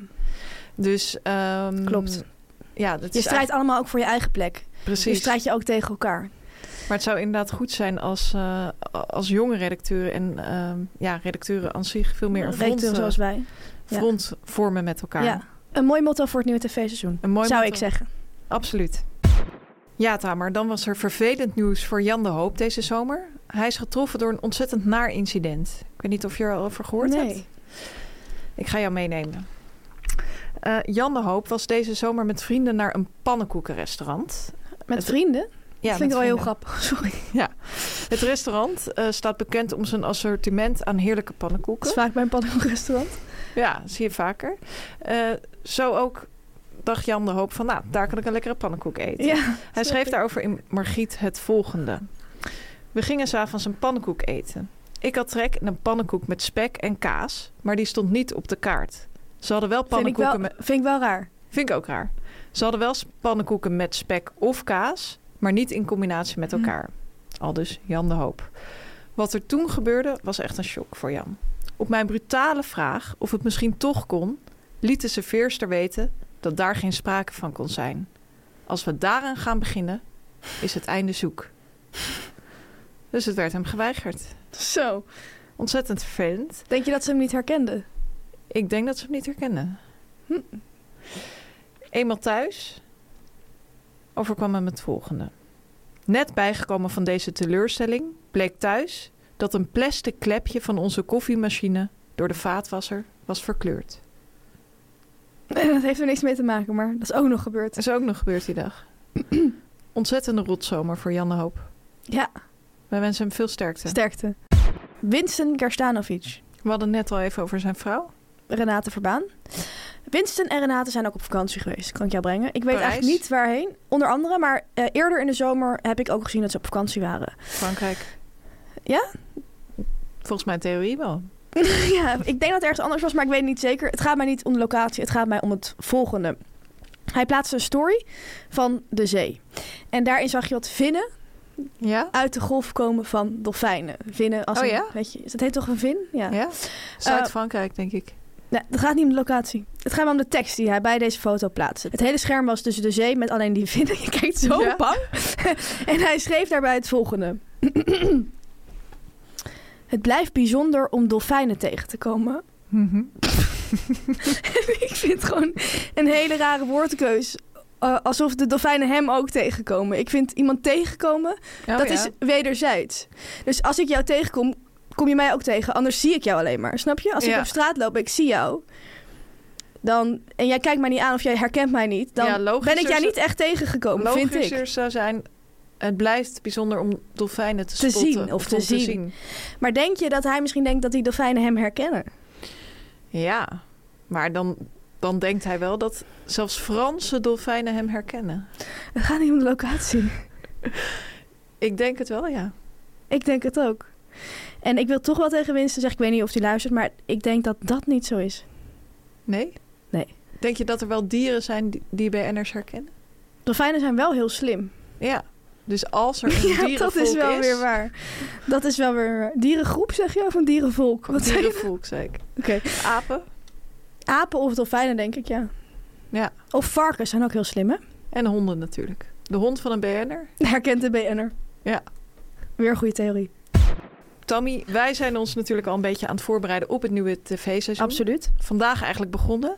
Speaker 1: Dus ehm,
Speaker 2: Klopt.
Speaker 1: Ja, dat
Speaker 2: je
Speaker 1: is
Speaker 2: strijdt allemaal ook voor je eigen plek.
Speaker 1: eigenlijk-
Speaker 2: Dus
Speaker 1: precies.
Speaker 2: strijd je ook tegen elkaar.
Speaker 1: Maar het zou inderdaad goed zijn als, eh, als jonge redacteuren en ehm, ja, redacteuren aan zich veel meer een front,
Speaker 2: Redacteuren
Speaker 1: eh,
Speaker 2: zoals wij. ja.
Speaker 1: front vormen met elkaar.
Speaker 2: Ja. Een mooi motto voor het nieuwe tv-seizoen.
Speaker 1: Een mooi
Speaker 2: Zou
Speaker 1: motto.
Speaker 2: ik zeggen.
Speaker 1: Absoluut. Ja, Tamer, dan was er vervelend nieuws voor Jan de Hoop deze zomer. Hij is getroffen door een ontzettend naar incident. Ik weet niet of je er al over gehoord hebt. Ik ga jou meenemen. Eh, Jan de Hoop was deze zomer met vrienden naar een pannenkoekenrestaurant.
Speaker 2: Met
Speaker 1: Het-
Speaker 2: vrienden?
Speaker 1: Ja,
Speaker 2: dat vind ik
Speaker 1: met
Speaker 2: wel heel
Speaker 1: vrienden.
Speaker 2: grappig. Sorry.
Speaker 1: Het restaurant eh, staat bekend om zijn assortiment aan heerlijke
Speaker 2: Dat
Speaker 1: pannenkoeken.
Speaker 2: is vaak bij een pannenkoekrestaurant.
Speaker 1: Ja, zie je vaker. Eh, zo ook dacht Jan de Hoop van, nou, daar kan ik een lekkere pannenkoek eten.
Speaker 2: Ja.
Speaker 1: Hij
Speaker 2: Snap
Speaker 1: schreef
Speaker 2: ik.
Speaker 1: daarover in Margriet het volgende. We gingen s'avonds een pannenkoek eten. Ik had trek in een pannenkoek met spek en kaas, maar die stond niet op de kaart. Ze hadden wel
Speaker 2: Vind ik,
Speaker 1: pannenkoeken
Speaker 2: wel,
Speaker 1: met...
Speaker 2: vind ik wel raar.
Speaker 1: Vind ik ook raar. Ze hadden wel s- pannenkoeken met spek of kaas, maar niet in combinatie met
Speaker 2: Hm.
Speaker 1: elkaar. Al dus Jan de Hoop. Wat er toen gebeurde was echt een shock voor Jan. Op mijn brutale vraag of het misschien toch kon, liet de serveerster weten dat daar geen sprake van kon zijn. Als we daaraan gaan beginnen, is het einde zoek. Dus het werd hem geweigerd.
Speaker 2: Zo.
Speaker 1: Ontzettend vervelend.
Speaker 2: Denk je dat ze hem niet herkenden?
Speaker 1: Ik denk dat ze hem niet herkennen.
Speaker 2: Hm.
Speaker 1: Eenmaal thuis overkwam hem het volgende. Net bijgekomen van deze teleurstelling bleek thuis dat een plastic klepje van onze koffiemachine door de vaatwasser was verkleurd.
Speaker 2: dat heeft er niks mee te maken, maar dat is ook nog
Speaker 1: Dat
Speaker 2: gebeurd.
Speaker 1: is ook nog gebeurd die dag. Ontzettende rotzomer voor Janne Hoop.
Speaker 2: Ja,
Speaker 1: Wij wensen hem veel sterkte.
Speaker 2: sterkte. Winston Garstanovic.
Speaker 1: We hadden het net al even over zijn vrouw.
Speaker 2: Renate Verbaan. Winston en Renate zijn ook op vakantie geweest, kan ik jou brengen. Ik weet
Speaker 1: Parijs?
Speaker 2: eigenlijk niet waarheen, onder andere. Maar eh, eerder in de zomer heb ik ook gezien dat ze op vakantie waren.
Speaker 1: Frankrijk.
Speaker 2: Ja?
Speaker 1: Volgens mijn theorie wel.
Speaker 2: ja, ik denk dat het ergens anders was, maar ik weet het niet zeker. Het gaat mij niet om de locatie, het gaat mij om het volgende. Hij plaatste een story van de zee. En daarin zag je wat vinnen
Speaker 1: Ja?
Speaker 2: uit de golf komen van dolfijnen. Vinnen als
Speaker 1: Oh
Speaker 2: een,
Speaker 1: ja?
Speaker 2: weet je, dat heet toch een vin? Ja.
Speaker 1: Ja? Zuid-Frankrijk, denk ik.
Speaker 2: Nee, het gaat niet om de locatie. Het gaat maar om de tekst die hij bij deze foto plaatste. Het hele scherm was tussen de zee met alleen die vinnen. Je kijkt zo
Speaker 1: Ja.
Speaker 2: bang. en hij schreef daarbij het volgende. het blijft bijzonder om dolfijnen tegen te komen.
Speaker 1: Mhm.
Speaker 2: ik vind het gewoon een hele rare woordkeus. Eh, alsof de dolfijnen hem ook tegenkomen. Ik vind iemand tegenkomen,
Speaker 1: Oh,
Speaker 2: dat
Speaker 1: ja.
Speaker 2: is wederzijds. Dus als ik jou tegenkom, kom je mij ook tegen. Anders zie ik jou alleen maar, snap je? Als ik
Speaker 1: Ja.
Speaker 2: op straat loop en ik zie jou... Dan, en jij kijkt mij niet aan of jij herkent mij niet... dan
Speaker 1: Ja, logischer
Speaker 2: ben ik jou
Speaker 1: zou-
Speaker 2: niet echt tegengekomen, vind ik.
Speaker 1: Logischer zou zijn... Het blijft bijzonder om dolfijnen te,
Speaker 2: Te
Speaker 1: spotten.
Speaker 2: zien of te
Speaker 1: om
Speaker 2: zien. Maar denk je dat hij misschien denkt dat die dolfijnen hem herkennen?
Speaker 1: Ja, maar dan, dan denkt hij wel dat zelfs Franse dolfijnen hem herkennen.
Speaker 2: Het gaat niet om de locatie.
Speaker 1: Ik denk het wel, ja.
Speaker 2: ik denk het ook. En ik wil toch wel tegen Winston zeggen... ik weet niet of hij luistert, maar ik denk dat dat niet zo is.
Speaker 1: Nee?
Speaker 2: Nee.
Speaker 1: Denk je dat er wel dieren zijn die, die BN'ers herkennen?
Speaker 2: Dolfijnen zijn wel heel slim.
Speaker 1: Ja. Dus als er een
Speaker 2: Ja, dat
Speaker 1: dierenvolk
Speaker 2: is wel weer waar. Dat is wel weer waar. Dierengroep zeg je of een dierenvolk? Wat zei je?
Speaker 1: Dierenvolk, zei ik.
Speaker 2: Oké.
Speaker 1: Apen.
Speaker 2: Apen of dolfijnen, denk ik, ja.
Speaker 1: Ja.
Speaker 2: Of varkens zijn ook heel slim, hè?
Speaker 1: En honden natuurlijk. De hond van een BN'er.
Speaker 2: Herkent de BN'er.
Speaker 1: Ja.
Speaker 2: Weer een goede theorie.
Speaker 1: Tammy, wij zijn ons natuurlijk al een beetje aan het voorbereiden op het nieuwe tv-seizoen.
Speaker 2: Absoluut.
Speaker 1: Vandaag eigenlijk begonnen.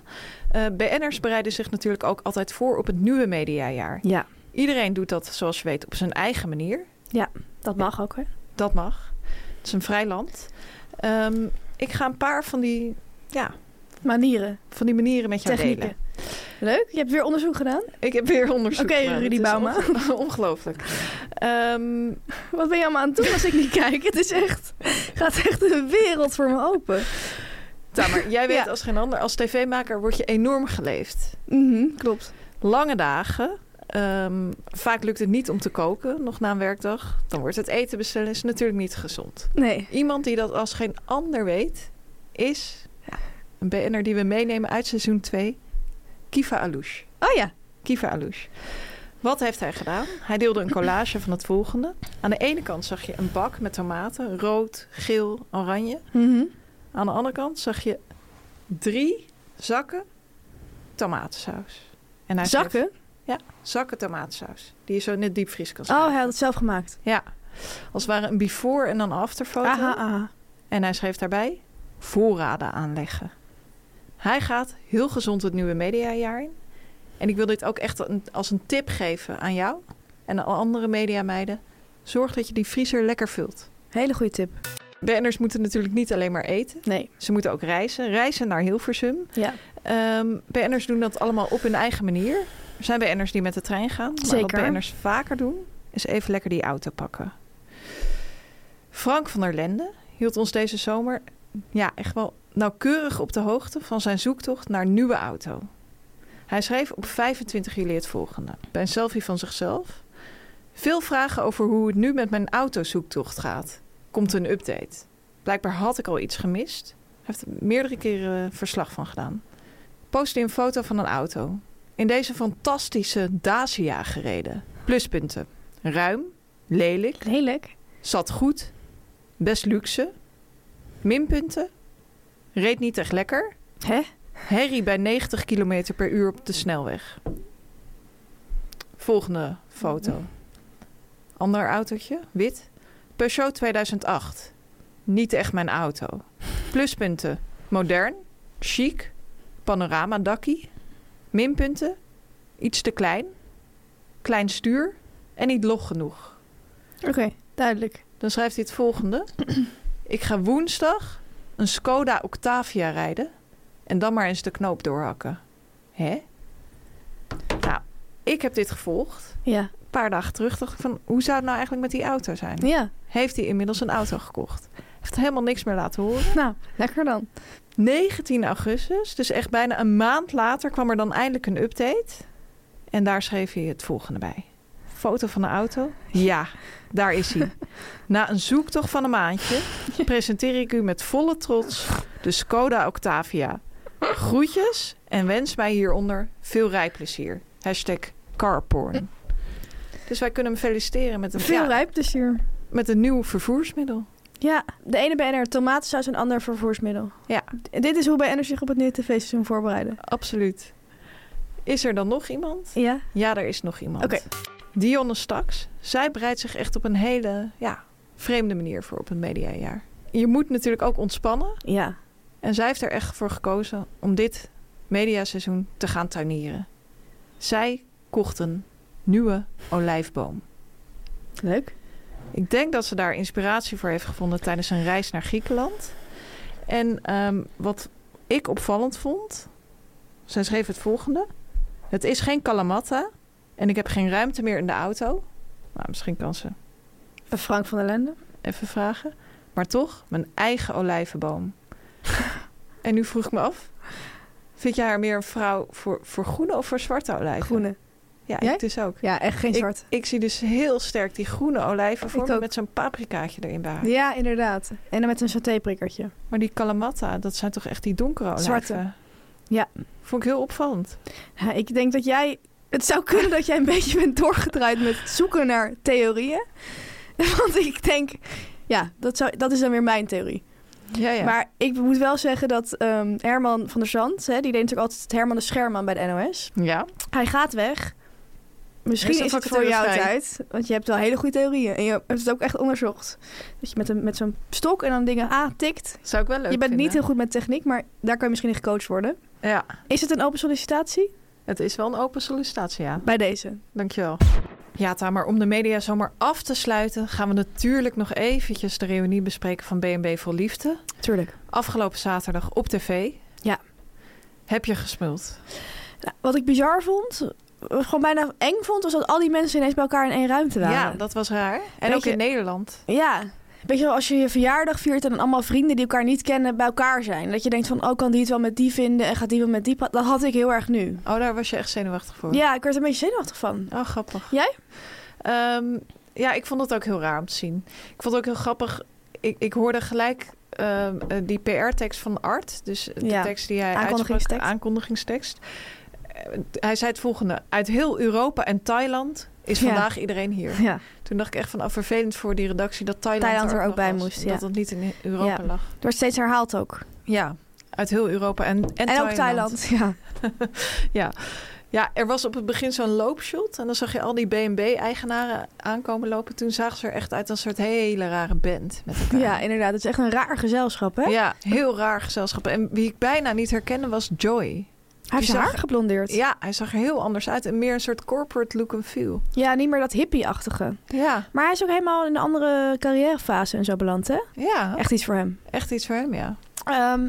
Speaker 1: Eh BN'ers bereiden zich natuurlijk ook altijd voor op het nieuwe mediajaar.
Speaker 2: Ja,
Speaker 1: Iedereen doet dat, zoals je weet, op zijn eigen manier.
Speaker 2: dat mag ook, hè?
Speaker 1: Dat mag. Het is een vrij land. Ehm, ik ga een paar van die, ja,
Speaker 2: Manieren,
Speaker 1: van die manieren met jou
Speaker 2: technieken.
Speaker 1: delen.
Speaker 2: Leuk, je hebt weer onderzoek gedaan.
Speaker 1: Ik heb weer onderzoek
Speaker 2: Oké,
Speaker 1: gedaan.
Speaker 2: Rudy
Speaker 1: Het is
Speaker 2: Bauma.
Speaker 1: onge- Ongelooflijk. Ehm,
Speaker 2: Wat ben je allemaal aan het doen als ik niet kijk? Het is echt, gaat echt een wereld voor me open.
Speaker 1: Tamer, jij weet
Speaker 2: Ja.
Speaker 1: als geen ander, als tv-maker word je enorm geleefd.
Speaker 2: Mhm, klopt.
Speaker 1: Lange dagen. Ehm, vaak lukt het niet om te koken, nog na een werkdag. Dan wordt het eten bestellen, is natuurlijk niet gezond.
Speaker 2: Nee.
Speaker 1: Iemand die dat als geen ander weet, is een BN'er die we meenemen uit seizoen 2, Kiva Alouche.
Speaker 2: Oh ja.
Speaker 1: Kiva Alouche. Wat heeft hij gedaan? Hij deelde een collage van het volgende. Aan de ene kant zag je een bak met tomaten, rood, geel, oranje.
Speaker 2: Mhm.
Speaker 1: Aan de andere kant zag je drie zakken tomatensaus. En hij schreef-
Speaker 2: Zakken?
Speaker 1: ja, zakken tomatensaus. Die je zo in de diepvries kan
Speaker 2: Oh,
Speaker 1: zetten.
Speaker 2: hij had het zelf gemaakt.
Speaker 1: Ja, als het ware een before en een after foto.
Speaker 2: Aha, aha.
Speaker 1: En hij schreef daarbij voorraden aanleggen. Hij gaat heel gezond het nieuwe mediajaar in. En ik wil dit ook echt een- als een tip geven aan jou en aan alle andere mediameiden. Zorg dat je die vriezer lekker vult.
Speaker 2: Hele goede tip.
Speaker 1: BN'ers moeten natuurlijk niet alleen maar eten.
Speaker 2: Nee.
Speaker 1: Ze moeten ook reizen. Reizen naar Hilversum.
Speaker 2: Ja.
Speaker 1: Ehm BN'ers doen dat allemaal op hun eigen manier. Er zijn BN'ers die met de trein gaan. Maar
Speaker 2: Zeker.
Speaker 1: wat BN'ers vaker doen, is even lekker die auto pakken. Frank van der Lende hield ons deze zomer ja, echt wel nauwkeurig op de hoogte van zijn zoektocht naar een nieuwe auto. Hij schreef op 25 juli het volgende. Bij een selfie van zichzelf. Veel vragen over hoe het nu met mijn autozoektocht gaat. Komt een update. Blijkbaar had ik al iets gemist. Hij heeft er meerdere keren verslag van gedaan postte een foto van een auto. In deze fantastische Dacia gereden. Pluspunten. Ruim, lelijk,
Speaker 2: Lelijk.
Speaker 1: zat goed, best luxe. Minpunten. Reed niet echt lekker.
Speaker 2: Hè?
Speaker 1: Herrie bij 90 km per uur op de snelweg. Volgende foto. Ander autootje, wit. Peugeot 2008. Niet echt mijn auto. Pluspunten. Modern, chic, panoramadakkie. Minpunten. Iets te klein. Klein stuur en niet log genoeg.
Speaker 2: Oké, duidelijk.
Speaker 1: Dan schrijft hij het volgende. Ik ga woensdag een Skoda Octavia rijden en dan maar eens de knoop doorhakken. Hè? Nou, ik heb dit gevolgd.
Speaker 2: Ja.
Speaker 1: Een paar dagen terug dacht ik van, hoe zou het nou eigenlijk met die auto zijn?
Speaker 2: Ja.
Speaker 1: Heeft hij inmiddels een auto gekocht? Heeft helemaal niks meer laten horen.
Speaker 2: Nou, lekker dan.
Speaker 1: 19 augustus, dus echt bijna een maand later, kwam er dan eindelijk een update. En daar schreef hij het volgende bij. Foto van de auto? Ja, daar is hij. Na een zoektocht van een maandje presenteer ik u met volle trots de Skoda Octavia. Groetjes en wens mij hieronder veel rijplezier. Hashtag carporn. Dus wij kunnen hem feliciteren met een,
Speaker 2: Veel
Speaker 1: ja,
Speaker 2: rijpplezier.
Speaker 1: met een nieuw vervoersmiddel.
Speaker 2: Ja, de ene BNR tomatensaus en ander vervoersmiddel.
Speaker 1: Ja.
Speaker 2: D- dit is hoe BNR zich op het nieuwe tv-seizoen voorbereiden.
Speaker 1: Absoluut. Is er dan nog iemand?
Speaker 2: Ja.
Speaker 1: Ja, er is nog iemand.
Speaker 2: Oké.
Speaker 1: Dionne Staks. Zij bereidt zich echt op een hele ja, vreemde manier voor op een mediajaar. Je moet natuurlijk ook ontspannen.
Speaker 2: Ja.
Speaker 1: En zij heeft er echt voor gekozen om dit mediaseizoen te gaan tuinieren. Zij kocht een nieuwe olijfboom.
Speaker 2: Leuk.
Speaker 1: Ik denk dat ze daar inspiratie voor heeft gevonden tijdens een reis naar Griekenland. En ehm, wat ik opvallend vond, zij schreef het volgende. Het is geen Kalamata en ik heb geen ruimte meer in de auto. Nou, misschien kan ze
Speaker 2: Frank van der Lende.
Speaker 1: even vragen. Maar toch, mijn eigen olijvenboom. en nu vroeg ik me af, vind jij haar meer een vrouw voor, voor groene of voor zwarte olijven?
Speaker 2: Groene.
Speaker 1: Ja,
Speaker 2: Jij?
Speaker 1: ik dus ook.
Speaker 2: Ja, echt geen
Speaker 1: Ik-
Speaker 2: zwart.
Speaker 1: Ik zie dus heel sterk die groene olijven voor
Speaker 2: Ik
Speaker 1: me
Speaker 2: ook.
Speaker 1: met zo'n paprikaatje erin bij haar.
Speaker 2: Ja, inderdaad. En dan met een satéprikkertje.
Speaker 1: Maar die Kalamata, dat zijn toch echt die donkere olijven?
Speaker 2: Zwarte. Ja.
Speaker 1: Vond ik heel opvallend.
Speaker 2: Ja, ik denk dat jij... Het zou kunnen dat jij een beetje bent doorgedraaid met het zoeken naar theorieën. Want ik denk... Ja, dat, zou, dat is dan weer mijn theorie.
Speaker 1: Ja, ja.
Speaker 2: Maar ik moet wel zeggen dat ehm, Herman van der Zand... Hè, die deed natuurlijk altijd het Herman de Scherman bij de NOS.
Speaker 1: ja.
Speaker 2: Hij gaat weg. Misschien
Speaker 1: Is
Speaker 2: is,
Speaker 1: dat
Speaker 2: het voor
Speaker 1: vacatures
Speaker 2: jou
Speaker 1: vrij?
Speaker 2: tijd. Want je hebt wel hele goede theorieën. En je hebt het ook echt onderzocht. Dat je met, een, met zo'n stok en dan dingen aantikt.
Speaker 1: Zou ik wel leuk
Speaker 2: je bent niet
Speaker 1: vinden.
Speaker 2: heel goed met techniek, maar daar kan je misschien in gecoacht worden.
Speaker 1: Ja,
Speaker 2: Is het een open sollicitatie?
Speaker 1: het is wel een open sollicitatie, ja.
Speaker 2: Bij deze.
Speaker 1: Dankjewel. Ja, Tamer, om de media zomaar af te sluiten... gaan we natuurlijk nog eventjes de reunie bespreken van BNB Vol Liefde.
Speaker 2: Tuurlijk.
Speaker 1: Afgelopen zaterdag op tv.
Speaker 2: Ja.
Speaker 1: Heb je gesmuld?
Speaker 2: Nou, wat ik bizar vond, wat ik gewoon bijna eng vond, was dat al die mensen ineens bij elkaar in één ruimte waren.
Speaker 1: Ja, dat was raar. En
Speaker 2: Weet
Speaker 1: ook
Speaker 2: je-
Speaker 1: in Nederland.
Speaker 2: Ja. Weet je wel, als je je verjaardag viert en dan allemaal vrienden die elkaar niet kennen bij elkaar zijn. Dat je denkt van, oh, kan die het wel met die vinden en gaat die wel met die praten. Dat had ik heel erg nu.
Speaker 1: Oh, daar was je echt zenuwachtig voor.
Speaker 2: Ja, ik werd er een beetje zenuwachtig van.
Speaker 1: Oh, grappig.
Speaker 2: Jij?
Speaker 1: Ehm, ja, ik vond het ook heel raar om te zien. Ik vond het ook heel grappig. Ik, ik hoorde gelijk ehm, eh, die PR-tekst van Art. Dus de
Speaker 2: Ja,
Speaker 1: tekst die hij
Speaker 2: aankondigingstekst.
Speaker 1: uitsprak, aankondigingstekst. Eh, Hij zei het volgende. Uit heel Europa en Thailand is
Speaker 2: Ja.
Speaker 1: vandaag iedereen hier.
Speaker 2: Ja.
Speaker 1: Toen dacht ik echt van, oh, vervelend voor die redactie dat Thailand,
Speaker 2: Thailand er ook
Speaker 1: nog
Speaker 2: bij
Speaker 1: was,
Speaker 2: moest,
Speaker 1: Dat
Speaker 2: ja.
Speaker 1: het niet in Europa
Speaker 2: Ja.
Speaker 1: lag.
Speaker 2: Het wordt steeds herhaald ook. En,
Speaker 1: Ja, uit heel Europa en, en,
Speaker 2: ook Thailand. Ja.
Speaker 1: Ja, er was op het begin zo'n loopshot. En dan zag je al die BNB-eigenaren aankomen lopen. Toen zagen ze er echt uit als een soort hele rare band. Met elkaar.
Speaker 2: ja, inderdaad. Het is echt een raar gezelschap, hè?
Speaker 1: Ja, heel raar gezelschap. En wie ik bijna niet herkende was Joy.
Speaker 2: Hij heeft
Speaker 1: Je
Speaker 2: zijn
Speaker 1: zag-
Speaker 2: haar geblondeerd. Ja.
Speaker 1: Ja, hij zag er heel anders uit. En meer een soort corporate look and feel.
Speaker 2: niet meer dat hippie-achtige.
Speaker 1: Ja,
Speaker 2: Maar hij is ook helemaal in een andere carrièrefase en zo beland, hè?
Speaker 1: ja. Echt,
Speaker 2: Echt iets voor hem.
Speaker 1: iets voor hem, ja.
Speaker 2: Ehm,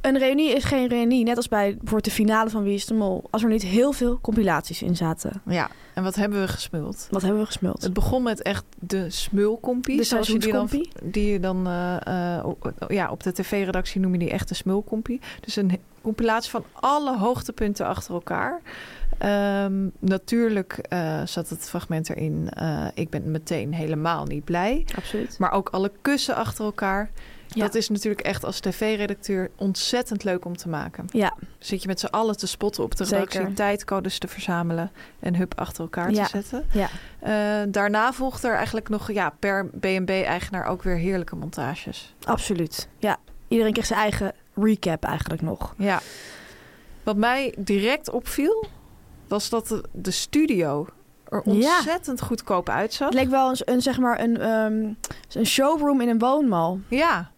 Speaker 2: een reunie is geen reunie. Net als bij bijvoorbeeld de finale van Wie is de Mol. Als er niet heel veel compilaties in zaten.
Speaker 1: Ja, en wat hebben we gesmuld?
Speaker 2: Wat hebben we gesmuld?
Speaker 1: Het begon met echt de smulkompie.
Speaker 2: De
Speaker 1: zoals je die dan
Speaker 2: seizoenskompie.
Speaker 1: die je dan eh, eh, op- ja, op de tv-redactie noem je die echt een smulkompie. Dus een he- compilatie van alle hoogtepunten achter elkaar. Ehm, natuurlijk eh, zat het fragment erin. eh, ik ben meteen helemaal niet blij.
Speaker 2: Absoluut.
Speaker 1: Maar ook alle kussen achter elkaar.
Speaker 2: Ja.
Speaker 1: Dat is natuurlijk echt als tv-redacteur ontzettend leuk om te maken.
Speaker 2: Ja,
Speaker 1: Zit je met z'n allen te spotten op de
Speaker 2: Zeker.
Speaker 1: redactie, tijdcodes te verzamelen en hup achter elkaar
Speaker 2: Ja.
Speaker 1: te zetten.
Speaker 2: ja.
Speaker 1: Eh, daarna volgt er eigenlijk nog ja, per BNB-eigenaar ook weer heerlijke montages.
Speaker 2: Absoluut. Ja, iedereen kreeg zijn eigen recap eigenlijk nog.
Speaker 1: Ja. Wat mij direct opviel, was dat de- de studio er
Speaker 2: Ja.
Speaker 1: ontzettend goedkoop uitzag.
Speaker 2: Het leek wel een, een, zeg maar een, ehm, een showroom in een woonmal.
Speaker 1: Ja,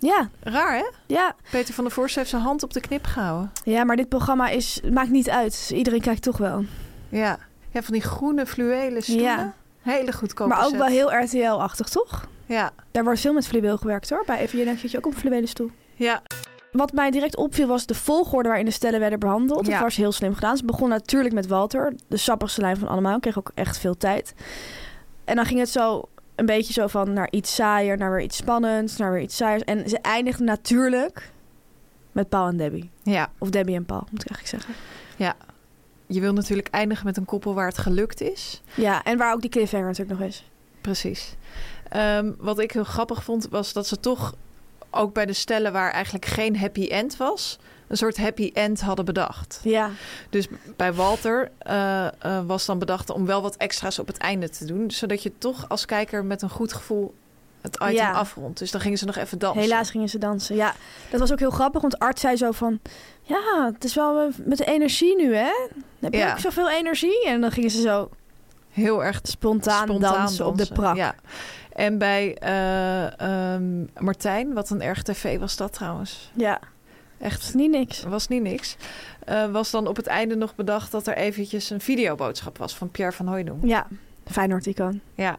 Speaker 2: Ja,
Speaker 1: raar hè?
Speaker 2: ja.
Speaker 1: Peter van der Voorst heeft zijn hand op de knip gehouden.
Speaker 2: ja maar dit programma is, maakt niet uit. Dus Iedereen kijkt toch wel.
Speaker 1: Ja, ja van die groene fluwelen stoelen.
Speaker 2: Ja.
Speaker 1: Hele goedkoop.
Speaker 2: Maar ook wel heel RTL-achtig, toch?
Speaker 1: Ja,
Speaker 2: Daar wordt veel met fluweel gewerkt hoor. Bij Evgen zit je ook op een fluwelen stoel.
Speaker 1: ja.
Speaker 2: Wat mij direct opviel was de volgorde waarin de stellen werden behandeld.
Speaker 1: Ja.
Speaker 2: Dat was heel slim gedaan. Ze begon natuurlijk met Walter, de sappigste lijn van allemaal. Kreeg ook echt veel tijd. En dan ging het zo een beetje zo van naar iets saaier, naar weer iets spannends, naar weer iets saaiers. En ze eindigde natuurlijk met Paul en Debbie.
Speaker 1: ja.
Speaker 2: Of Debbie en Paul, moet ik eigenlijk zeggen.
Speaker 1: Je wil natuurlijk eindigen met een koppel waar het gelukt is.
Speaker 2: Ja, en waar ook die cliffhanger natuurlijk nog is.
Speaker 1: Precies. Ehm, wat ik heel grappig vond, was dat ze toch ook bij de stellen waar eigenlijk geen happy end was, een soort happy end hadden bedacht.
Speaker 2: Ja,
Speaker 1: Dus bij Walter eh, eh, was dan bedacht om wel wat extra's op het einde te doen, zodat je toch als kijker met een goed gevoel het item
Speaker 2: Ja.
Speaker 1: afrondt. Dus dan gingen ze nog even dansen.
Speaker 2: helaas gingen ze dansen. Ja, dat was ook heel grappig, want Art zei zo van... Ja, het is wel eh, met de energie nu, hè? Heb je
Speaker 1: Ja.
Speaker 2: ook zoveel energie? En dan gingen ze zo
Speaker 1: Heel erg
Speaker 2: spontaan, dansen op de prak.
Speaker 1: Ja. En bij eh, ehm, Martijn, wat een erg tv was dat trouwens.
Speaker 2: Ja,
Speaker 1: Echt,
Speaker 2: niet niks.
Speaker 1: was niet niks. Eh, was dan op het einde nog bedacht dat er eventjes een videoboodschap was van Pierre van Hooydonk.
Speaker 2: Ja, Feyenoord-icoon.
Speaker 1: Ja.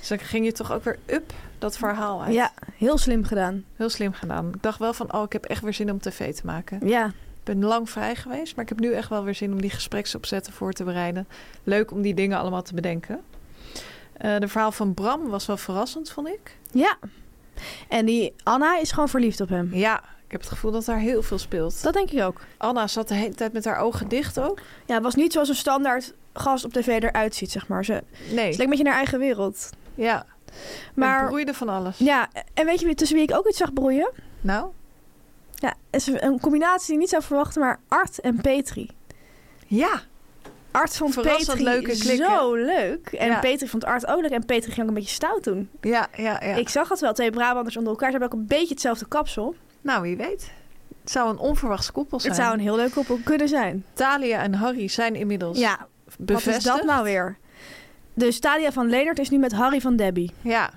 Speaker 1: Dus dan ging je toch ook weer up dat verhaal uit.
Speaker 2: Ja, heel slim gedaan.
Speaker 1: Heel slim gedaan. Ik dacht wel van, oh, ik heb echt weer zin om tv te maken.
Speaker 2: Ja,
Speaker 1: Ik ben lang vrij geweest, maar ik heb nu echt wel weer zin om die gespreksopzetten voor te bereiden. Leuk om die dingen allemaal te bedenken. Eh, de verhaal van Bram was wel verrassend, vond ik.
Speaker 2: ja. En die Anna is gewoon verliefd op hem.
Speaker 1: Ja, ik heb het gevoel dat daar heel veel speelt.
Speaker 2: Dat denk ik ook.
Speaker 1: Anna zat de hele tijd met haar ogen dicht ook.
Speaker 2: Ja, het was niet zoals een standaard gast op tv eruit ziet, zeg maar. Ze, het
Speaker 1: Nee,
Speaker 2: leek een beetje naar eigen wereld.
Speaker 1: ja. Maar... Het
Speaker 2: Maar
Speaker 1: broeide van alles.
Speaker 2: ja, en weet je wie- tussen wie ik ook iets zag broeien?
Speaker 1: Nou?
Speaker 2: Ja, is een combinatie die je niet zou verwachten, maar Art en Petri.
Speaker 1: Ja.
Speaker 2: Art vond
Speaker 1: Verrassend
Speaker 2: Petri
Speaker 1: leuke klik,
Speaker 2: zo leuk. En
Speaker 1: Ja.
Speaker 2: Petri vond Art ook leuk. En Petri ging ook een beetje stout doen.
Speaker 1: Ja, ja, ja.
Speaker 2: Ik zag dat wel. Twee Brabanders onder elkaar. Ze hebben ook een beetje hetzelfde kapsel.
Speaker 1: Nou, wie weet. Het zou een onverwachts koppel zijn.
Speaker 2: Het zou een heel leuk koppel kunnen zijn.
Speaker 1: Thalia en Harry zijn inmiddels
Speaker 2: Ja,
Speaker 1: bevestigd.
Speaker 2: wat is dat nou weer? Dus Talia van Leendert is nu met Harry van Debbie.
Speaker 1: Ja.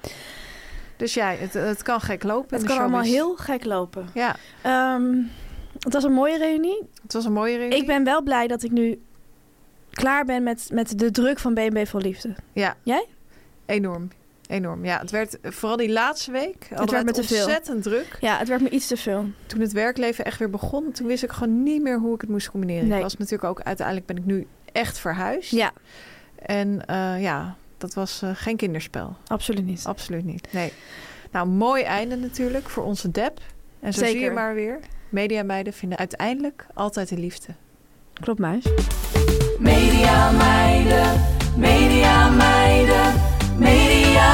Speaker 1: Dus ja, het, het kan gek lopen. in
Speaker 2: Het
Speaker 1: de
Speaker 2: kan allemaal
Speaker 1: showbiz.
Speaker 2: heel gek lopen.
Speaker 1: Ja,
Speaker 2: Ehm, het was een mooie reunie.
Speaker 1: het was een mooie reunie.
Speaker 2: Ik ben wel blij dat ik nu klaar ben met, met de druk van BNB Vol Liefde.
Speaker 1: Ja.
Speaker 2: Jij?
Speaker 1: Enorm. Enorm. Ja, het werd vooral die laatste week. Het
Speaker 2: werd me te veel.
Speaker 1: ontzettend druk.
Speaker 2: Ja, het werd me iets te veel.
Speaker 1: Toen het werkleven echt weer begon, toen wist ik gewoon niet meer hoe ik het moest combineren.
Speaker 2: Nee.
Speaker 1: Ik was natuurlijk ook uiteindelijk ben ik nu echt verhuisd.
Speaker 2: Ja,
Speaker 1: En eh, ja, dat was eh, geen kinderspel.
Speaker 2: absoluut niet.
Speaker 1: Absoluut niet. Nee. Nou, mooi einde natuurlijk voor onze dep. En zo zie je
Speaker 2: Zeker.
Speaker 1: maar weer. Media meiden vinden uiteindelijk altijd de liefde.
Speaker 2: Klopt, muis.
Speaker 3: Media meiden, media meiden, media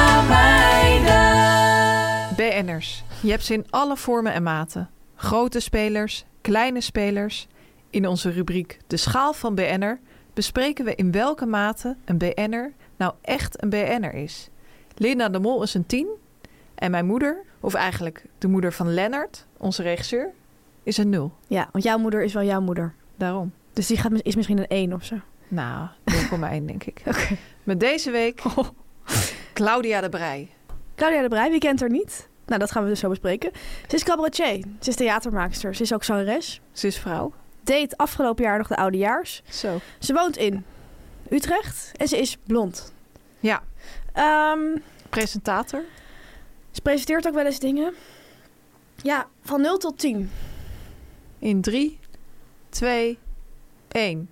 Speaker 3: meiden.
Speaker 1: BN'ers. Je hebt ze in alle vormen en maten. Grote spelers, kleine spelers. In onze rubriek De Schaal van BN'er bespreken we in welke mate een BN'er nou echt een BN'er is. Linda de Mol is een 10 en mijn moeder, of eigenlijk de moeder van Lennart, onze regisseur, is een 0.
Speaker 2: Ja, want jouw moeder is wel jouw moeder.
Speaker 1: Daarom.
Speaker 2: Dus die gaat, mis- is misschien een 1 of zo.
Speaker 1: Nou, 0,1 denk ik. Met deze week Claudia de Brij.
Speaker 2: Claudia de Brij, wie kent haar niet? Nou, dat gaan we dus zo bespreken. Ze is cabaretier. Ze is theatermaakster. Ze is ook zangeres.
Speaker 1: Ze is vrouw.
Speaker 2: Deed afgelopen jaar nog de oudejaars.
Speaker 1: Zo.
Speaker 2: Ze woont in Utrecht en ze is blond.
Speaker 1: Ja,
Speaker 2: Ehm,
Speaker 1: presentator.
Speaker 2: ze presenteert ook wel eens dingen. Ja, van 0 tot 10.
Speaker 1: In 3, 2, 1.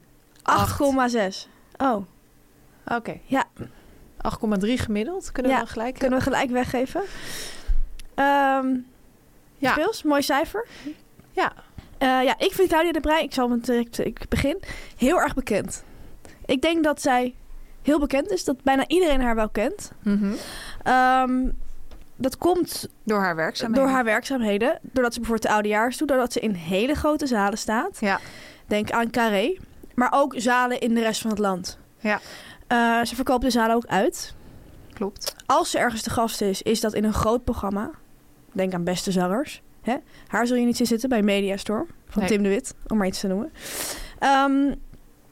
Speaker 2: 8,6. Oh,
Speaker 1: Oké.
Speaker 2: Ja.
Speaker 1: 8,3 gemiddeld. Kunnen
Speaker 2: Ja,
Speaker 1: we dan gelijk
Speaker 2: kunnen we gelijk weggeven. Ehm
Speaker 1: Ja.
Speaker 2: Speels, mooi cijfer.
Speaker 1: Ja.
Speaker 2: Eh, ja, ik vind Claudia de Brij, ik zal met direct eh, ik begin, heel erg bekend. Ik denk dat zij heel bekend is, dat bijna iedereen haar wel kent.
Speaker 1: Mhm.
Speaker 2: Ehm, dat komt
Speaker 1: Door haar werkzaamheden.
Speaker 2: door haar werkzaamheden. Doordat ze bijvoorbeeld de oudejaars doet. Doordat ze in hele grote zalen staat.
Speaker 1: Ja.
Speaker 2: Denk aan Carré. Maar ook zalen in de rest van het land.
Speaker 1: Ja.
Speaker 2: Eh, ze verkoopt de zalen ook uit.
Speaker 1: Klopt.
Speaker 2: Als ze ergens te gast is, is dat in een groot programma. Denk aan Beste Zangers. Hè? Haar zul je niet zien zitten bij Mediastore van
Speaker 1: Nee.
Speaker 2: Tim de Wit, om maar iets te noemen. Ehm,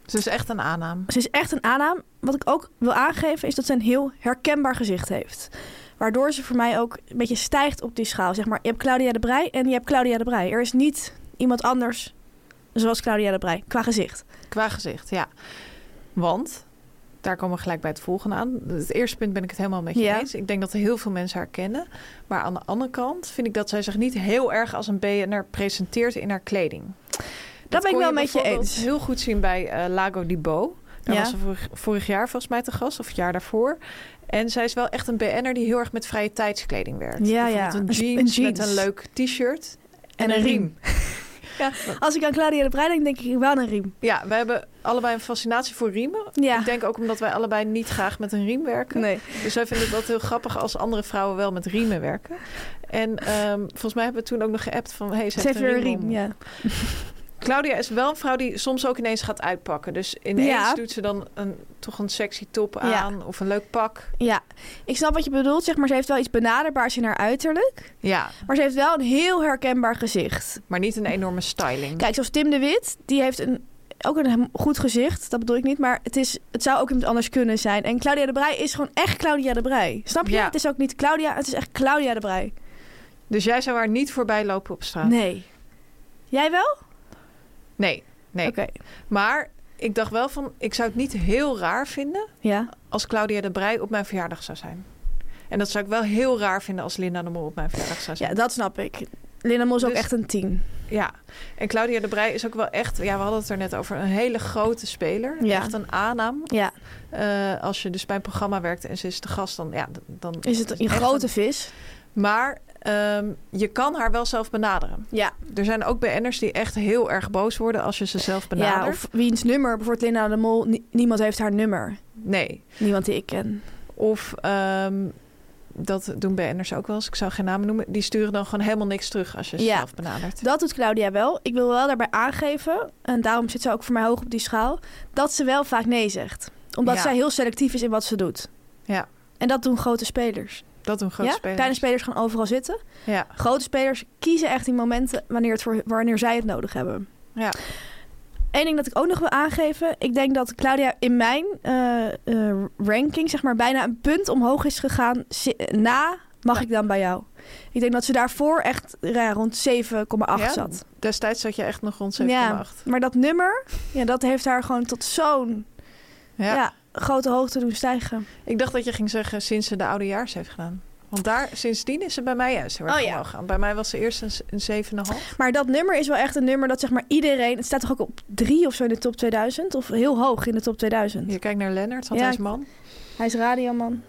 Speaker 1: Het is echt een aanname.
Speaker 2: ze is echt een aannaam. Wat ik ook wil aangeven is dat ze een heel herkenbaar gezicht heeft. Waardoor ze voor mij ook een beetje stijgt op die schaal. Zeg maar, je hebt Claudia de Brij en je hebt Claudia de Brij. Er is niet iemand anders zoals Claudia de Brij qua gezicht.
Speaker 1: Qua gezicht, ja. Want, daar komen we gelijk bij het volgende aan. Het eerste punt ben ik het helemaal met je
Speaker 2: Ja.
Speaker 1: eens. Ik denk dat heel veel mensen haar kennen. Maar aan de andere kant vind ik dat zij zich niet heel erg als een BN'er presenteert in haar kleding.
Speaker 2: Dat ben ik
Speaker 1: kon
Speaker 2: wel met je
Speaker 1: bijvoorbeeld
Speaker 2: eens.
Speaker 1: heel goed zien bij eh, Lago di Bo. Daar
Speaker 2: Ja.
Speaker 1: was ze vorig, vorig jaar volgens mij te gast, of het jaar daarvoor. En zij is wel echt een BN'er die heel erg met vrije tijdskleding werkt.
Speaker 2: Ja,
Speaker 1: Bijvoorbeeld
Speaker 2: ja.
Speaker 1: Een
Speaker 2: Een s-
Speaker 1: jeans,
Speaker 2: een jeans.
Speaker 1: met een leuk t-shirt en,
Speaker 2: En
Speaker 1: een
Speaker 2: een
Speaker 1: riem.
Speaker 2: riem. Als ik aan Claudia de Brij denk, denk ik wel aan een riem.
Speaker 1: Ja, we hebben allebei een fascinatie voor riemen.
Speaker 2: Ja.
Speaker 1: Ik denk ook omdat wij allebei niet graag met een riem werken.
Speaker 2: Nee.
Speaker 1: Dus wij vinden het altijd heel grappig als andere vrouwen wel met riemen werken. En ehm, volgens mij hebben we toen ook nog geappt van... Hey, ze,
Speaker 2: Ze heeft weer een riem,
Speaker 1: om.
Speaker 2: ja.
Speaker 1: Claudia is wel een vrouw die soms ook ineens gaat uitpakken. Dus ineens
Speaker 2: Ja.
Speaker 1: doet ze dan een, toch een sexy top
Speaker 2: Ja.
Speaker 1: aan of een leuk pak.
Speaker 2: Ja, ik snap wat je bedoelt. Zeg maar, ze heeft wel iets benaderbaars in haar uiterlijk.
Speaker 1: Ja,
Speaker 2: Maar ze heeft wel een heel herkenbaar gezicht.
Speaker 1: maar niet een enorme styling.
Speaker 2: Kijk, zoals Tim de Wit, die heeft een, ook een hem- goed gezicht. Dat bedoel ik niet, maar het, is, het zou ook iemand anders kunnen zijn. En Claudia de Brij is gewoon echt Claudia de Brij. Snap je?
Speaker 1: Ja.
Speaker 2: Het is ook niet Claudia, het is echt Claudia de Brij.
Speaker 1: Dus jij zou haar niet voorbij lopen op straat?
Speaker 2: Nee. Jij wel?
Speaker 1: Nee, nee.
Speaker 2: Oké.
Speaker 1: Maar ik dacht wel van, ik zou het niet heel raar vinden...
Speaker 2: Ja.
Speaker 1: als Claudia de Brij op mijn verjaardag zou zijn. En dat zou ik wel heel raar vinden als Linda de Mol op mijn verjaardag zou zijn.
Speaker 2: ja, dat snap ik. Linda Mol is ook
Speaker 1: Dus-
Speaker 2: echt een tien.
Speaker 1: Ja. En Claudia de Brij is ook wel echt, ja, we hadden het er net over, een hele grote speler.
Speaker 2: Ja.
Speaker 1: Echt een aannaam.
Speaker 2: Ja,
Speaker 1: Eh, als je dus bij een programma werkt en ze is de gast, dan, ja, d- dan
Speaker 2: is het een
Speaker 1: echt
Speaker 2: grote vis?
Speaker 1: Maar ehm, je kan haar wel zelf benaderen.
Speaker 2: Ja.
Speaker 1: Er zijn ook BN'ers die echt heel erg boos worden als je ze zelf benadert.
Speaker 2: Ja, of wiens nummer? Bijvoorbeeld Linda de Mol. nie- niemand heeft haar nummer.
Speaker 1: Nee.
Speaker 2: Niemand die ik ken.
Speaker 1: Of ehm, dat doen BN'ers ook wel eens. Ik zou geen namen noemen. Die sturen dan gewoon helemaal niks terug als je ze
Speaker 2: Ja.
Speaker 1: zelf benadert.
Speaker 2: Dat doet Claudia wel. Ik wil wel daarbij aangeven, en daarom zit ze ook voor mij hoog op die schaal, dat ze wel vaak nee zegt. Omdat
Speaker 1: Ja.
Speaker 2: zij heel selectief is in wat ze doet.
Speaker 1: Ja.
Speaker 2: En dat doen grote spelers.
Speaker 1: Dat doen grote
Speaker 2: ja?
Speaker 1: spelers.
Speaker 2: Kleine spelers gaan overal zitten.
Speaker 1: Ja.
Speaker 2: Grote spelers kiezen echt die momenten wanneer, het voor, wanneer zij het nodig hebben.
Speaker 1: Ja.
Speaker 2: Eén ding dat ik ook nog wil aangeven. Ik denk dat Claudia in mijn eh, eh, ranking zeg maar, bijna een punt omhoog is gegaan si- na Mag ik dan bij jou? Ik denk dat ze daarvoor echt ja, rond 7,8
Speaker 1: Ja?
Speaker 2: zat.
Speaker 1: Destijds zat je echt nog rond 7,8.
Speaker 2: Ja,
Speaker 1: Ja.
Speaker 2: maar dat nummer, ja, dat heeft haar gewoon tot zo'n ja. grote hoogte doen stijgen.
Speaker 1: Ik dacht dat je ging zeggen sinds ze de oudejaars heeft gedaan. Want daar, sindsdien is ze bij mij juist heel erg
Speaker 2: Oh ja.
Speaker 1: omhoog gaan. Bij mij was ze eerst een, s- een 7,5.
Speaker 2: Maar dat nummer is wel echt een nummer dat zeg maar iedereen... Het staat toch ook op drie of zo in de top 2000? Of heel hoog in de top 2000?
Speaker 1: Je kijkt naar Lennart, had
Speaker 2: Ja,
Speaker 1: hij zijn
Speaker 2: ik-
Speaker 1: man.
Speaker 2: Hij is radioman.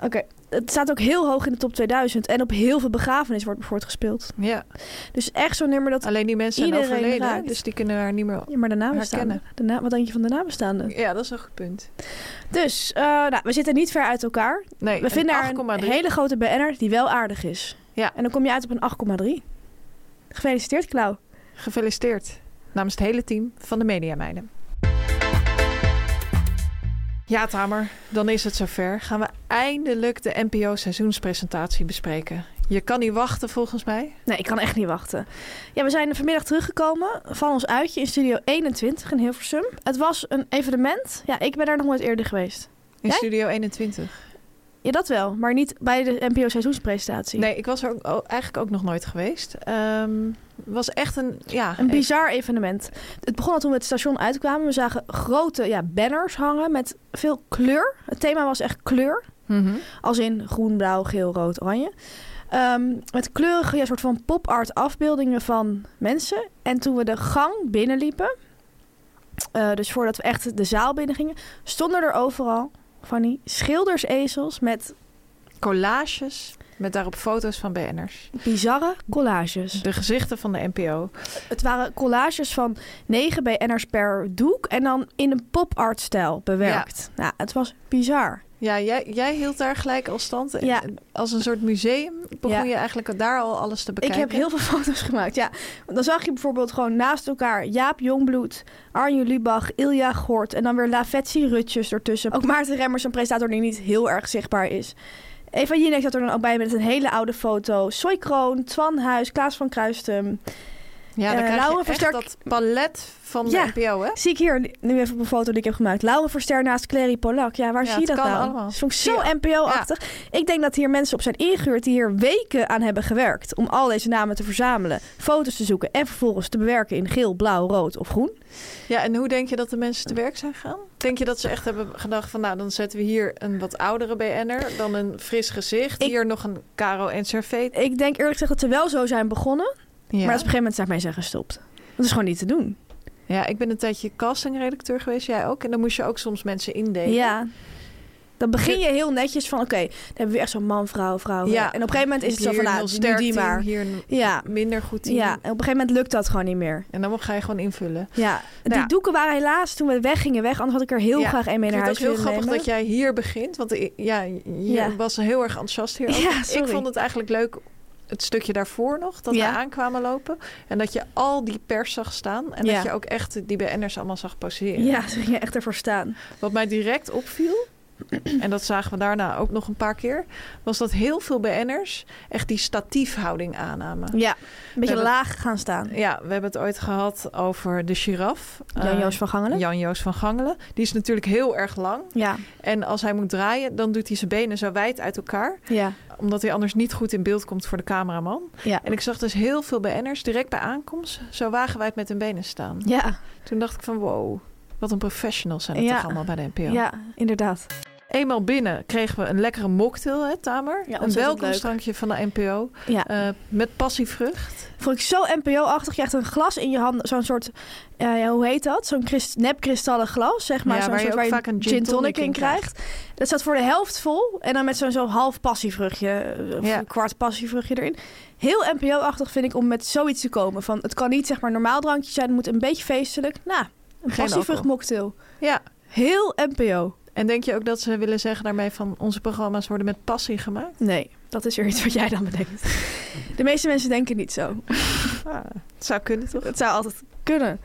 Speaker 2: Oké, het staat ook heel hoog in de top 2000. En op heel veel begrafenis wordt bijvoorbeeld gespeeld.
Speaker 1: Ja.
Speaker 2: Dus echt zo'n nummer dat...
Speaker 1: Alleen die mensen zijn
Speaker 2: Iedereen
Speaker 1: overleden,
Speaker 2: raakt.
Speaker 1: dus die kunnen haar niet meer...
Speaker 2: Ja, maar de nabestaanden.
Speaker 1: Herkennen.
Speaker 2: De na, wat denk je van de nabestaanden?
Speaker 1: Ja, dat is een goed punt.
Speaker 2: Dus, eh, nou, we zitten niet ver uit elkaar.
Speaker 1: Nee,
Speaker 2: We vinden haar
Speaker 1: een
Speaker 2: een
Speaker 1: 8,3.
Speaker 2: hele grote BN'er die wel aardig is.
Speaker 1: Ja.
Speaker 2: En dan kom je uit op een 8,3. Gefeliciteerd, Klauw.
Speaker 1: Gefeliciteerd. Namens het hele team van de Media Meiden. Ja, Tamer, dan is het zover. Gaan we eindelijk de NPO seizoenspresentatie bespreken. Je kan niet wachten volgens mij.
Speaker 2: Nee, ik kan echt niet wachten. Ja, we zijn vanmiddag teruggekomen van ons uitje in Studio 21 in Hilversum. Het was een evenement. Ja, ik ben daar nog nooit eerder geweest.
Speaker 1: In
Speaker 2: Jij?
Speaker 1: Studio 21.
Speaker 2: Ja, dat wel. Maar niet bij de NPO seizoenspresentatie.
Speaker 1: Nee, ik was er ook, o- eigenlijk ook nog nooit geweest. Ehm, Het was echt een... Ja,
Speaker 2: Een bizar evenement. Het begon al toen we het station uitkwamen. We zagen grote ja, banners hangen met veel kleur. Het thema was echt kleur.
Speaker 1: Mhm.
Speaker 2: Als in groen, blauw, geel, rood, oranje. Ehm, met kleurige ja, soort van pop-art afbeeldingen van mensen. En toen we de gang binnenliepen, eh, dus voordat we echt de zaal binnengingen, stonden er overal, Fanny, schildersezels met
Speaker 1: Collages met daarop foto's van BN'ers.
Speaker 2: bizarre collages.
Speaker 1: De gezichten van de NPO.
Speaker 2: Het waren collages van 9 BN'ers per doek en dan in een pop-art stijl bewerkt. Nou, het was bizar.
Speaker 1: Ja, jij, jij hield daar gelijk al stand. En-
Speaker 2: Ja.
Speaker 1: en Als een soort museum begon
Speaker 2: Ja.
Speaker 1: je eigenlijk daar al alles te bekijken.
Speaker 2: Ik heb heel veel foto's gemaakt, ja. Want dan zag je bijvoorbeeld gewoon naast elkaar Jaap Jongbloed, Arjen Lubach, Ilja Gort en dan weer Lavetsi Rutjes ertussen. Ook Maarten Remmers, een presentator die niet heel erg zichtbaar is. Eva Jinek zat er dan ook bij met een hele oude foto. Soy Kroon, Twan Huis, Klaas van Kruistum.
Speaker 1: Ja, dan
Speaker 2: Eh,
Speaker 1: krijg
Speaker 2: Lauwe
Speaker 1: je echt
Speaker 2: Versterk-
Speaker 1: dat palet van de
Speaker 2: Ja.
Speaker 1: NPO, hè?
Speaker 2: Zie ik hier nu even op een foto die ik heb gemaakt. Laura Verster naast Clary Polak. Ja, waar
Speaker 1: Ja,
Speaker 2: zie je
Speaker 1: het
Speaker 2: dat
Speaker 1: kan
Speaker 2: nou?
Speaker 1: allemaal.
Speaker 2: Dat vond ik zo
Speaker 1: Ja.
Speaker 2: NPO-achtig. Ik denk dat hier mensen op zijn ingehuurd die hier weken aan hebben gewerkt. Om al deze namen te verzamelen, foto's te zoeken en vervolgens te bewerken in geel, blauw, rood of groen.
Speaker 1: Ja, en hoe denk je dat de mensen te werk zijn gaan? Denk je dat ze echt hebben gedacht van... nou, dan zetten we hier een wat oudere BN'er... dan een fris gezicht.
Speaker 2: Ik-
Speaker 1: Hier nog een Caro en Servet.
Speaker 2: Ik denk eerlijk gezegd dat ze wel zo zijn begonnen.
Speaker 1: Ja.
Speaker 2: Maar dat ze op een gegeven moment zijn mij zijn gestopt. Dat is gewoon niet te doen.
Speaker 1: ja, ik ben een tijdje castingredacteur geweest. Jij ook? En dan moest je ook soms mensen indelen.
Speaker 2: Ja. Dan begin je heel netjes van, oké, dan hebben we echt zo'n man, vrouw, vrouw.
Speaker 1: Ja.
Speaker 2: En op een gegeven moment is het zo
Speaker 1: Hier
Speaker 2: van,
Speaker 1: een
Speaker 2: nou,
Speaker 1: heel
Speaker 2: doe
Speaker 1: sterk
Speaker 2: die
Speaker 1: team,
Speaker 2: maar.
Speaker 1: Hier een
Speaker 2: Ja,
Speaker 1: minder goed team.
Speaker 2: ja, en op een gegeven moment lukt dat gewoon niet meer.
Speaker 1: En dan ga je gewoon invullen.
Speaker 2: Ja, die
Speaker 1: ja.
Speaker 2: doeken waren helaas toen we weggingen weg. Anders had ik er heel
Speaker 1: Ja,
Speaker 2: graag een mee
Speaker 1: Ik
Speaker 2: naar
Speaker 1: vind het
Speaker 2: huis
Speaker 1: ook heel
Speaker 2: willen
Speaker 1: grappig
Speaker 2: nemen.
Speaker 1: dat jij hier begint. Want i- ja, je
Speaker 2: Ja.
Speaker 1: was heel erg enthousiast hier.
Speaker 2: Ja,
Speaker 1: ik
Speaker 2: sorry.
Speaker 1: vond het eigenlijk leuk, het stukje daarvoor nog, dat
Speaker 2: Ja.
Speaker 1: we aankwamen lopen. En dat je al die pers zag staan. En
Speaker 2: Ja.
Speaker 1: dat je ook echt die BN'ers allemaal zag passeren.
Speaker 2: Ja, ze gingen echt ervoor staan.
Speaker 1: Wat mij direct opviel, en dat zagen we daarna ook nog een paar keer... was dat heel veel BN'ers echt die statiefhouding aannamen.
Speaker 2: Ja, een beetje
Speaker 1: hebben-
Speaker 2: laag gaan staan.
Speaker 1: Ja, we hebben het ooit gehad over de giraf.
Speaker 2: Jan-Joos van Gangelen. Ja.
Speaker 1: Jan-Joos van Gangelen. Die is natuurlijk heel erg lang.
Speaker 2: ja,
Speaker 1: En als hij moet draaien, dan doet hij zijn benen zo wijd uit elkaar.
Speaker 2: ja,
Speaker 1: Omdat hij anders niet goed in beeld komt voor de cameraman.
Speaker 2: ja.
Speaker 1: En ik zag dus heel veel BN'ers direct bij aankomst zo wagenwijd met hun benen staan. Toen dacht ik van wow, wat een professionals zijn het
Speaker 2: Ja.
Speaker 1: toch allemaal bij de NPO.
Speaker 2: inderdaad.
Speaker 1: Eenmaal binnen kregen we een lekkere mocktail, hè Tamer?
Speaker 2: Ja,
Speaker 1: een
Speaker 2: ontzettend
Speaker 1: welkomstdrankje van de NPO
Speaker 2: Ja.
Speaker 1: eh, met passievrucht.
Speaker 2: Vond ik zo NPO-achtig. Je hebt een glas in je hand. Zo'n soort, eh, ja, hoe heet dat? Zo'n krist, nepkristallen glas, zeg maar.
Speaker 1: Ja,
Speaker 2: zo'n
Speaker 1: waar je
Speaker 2: soort
Speaker 1: ook vaak een gin tonic in
Speaker 2: Dat zat voor de helft vol. En dan met zo'n zo'n half passievruchtje. eh, Of
Speaker 1: Ja.
Speaker 2: een kwart passievruchtje erin. Heel NPO-achtig vind ik om met zoiets te komen. Van, het kan niet zeg maar normaal drankje zijn. Het moet een beetje feestelijk. Nou, een passievrucht
Speaker 1: alcohol.
Speaker 2: mocktail.
Speaker 1: Ja.
Speaker 2: Heel NPO.
Speaker 1: En denk je ook dat ze willen zeggen daarmee van onze programma's worden met passie gemaakt?
Speaker 2: Nee, dat is weer iets wat jij dan bedenkt. De meeste mensen denken niet zo.
Speaker 1: Ah, het zou kunnen toch?
Speaker 2: Het zou altijd kunnen.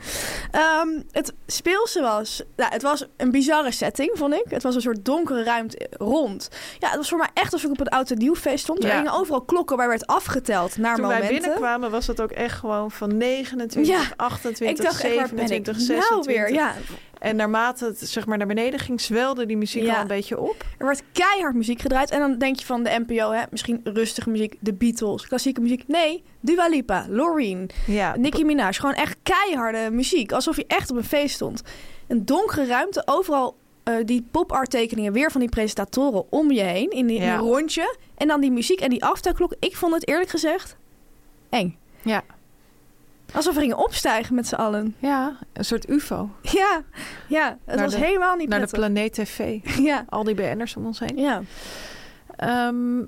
Speaker 2: Ehm, het speelse was... Nou, het was een bizarre setting, vond ik. Het was een soort donkere ruimte rond. Ja, het was voor mij echt alsof ik op een oud en nieuw feest stond. Er
Speaker 1: Ja.
Speaker 2: hingen overal klokken waar werd afgeteld naar
Speaker 1: Toen
Speaker 2: momenten.
Speaker 1: wij binnenkwamen was het ook echt gewoon van 29,
Speaker 2: Ja.
Speaker 1: 28,
Speaker 2: ik dacht echt, waar ben ik
Speaker 1: 27,
Speaker 2: nou
Speaker 1: 26.
Speaker 2: weer? Ja,
Speaker 1: En naarmate het zeg maar, naar beneden ging, zwelde die muziek
Speaker 2: Ja.
Speaker 1: al een beetje op.
Speaker 2: er werd keihard muziek gedraaid. En dan denk je van de NPO, hè, misschien rustige muziek, de Beatles, klassieke muziek. Nee, Dua Lipa, Loreen,
Speaker 1: Ja,
Speaker 2: Nicki Minaj. Gewoon echt keiharde muziek. Alsof je echt op een feest stond. Een donkere ruimte. Overal eh, die pop-art tekeningen weer van die presentatoren om je heen. In, die, in
Speaker 1: Ja.
Speaker 2: een rondje. En dan die muziek en die aftelklok. Ik vond het eerlijk gezegd eng.
Speaker 1: Ja.
Speaker 2: Alsof we gingen opstijgen met z'n allen.
Speaker 1: ja een soort ufo.
Speaker 2: Ja, ja het
Speaker 1: Naar
Speaker 2: was
Speaker 1: de-
Speaker 2: helemaal niet
Speaker 1: Naar de
Speaker 2: prettig.
Speaker 1: planeet TV.
Speaker 2: ja.
Speaker 1: Al die BN'ers om ons heen.
Speaker 2: ja,
Speaker 1: Ehm,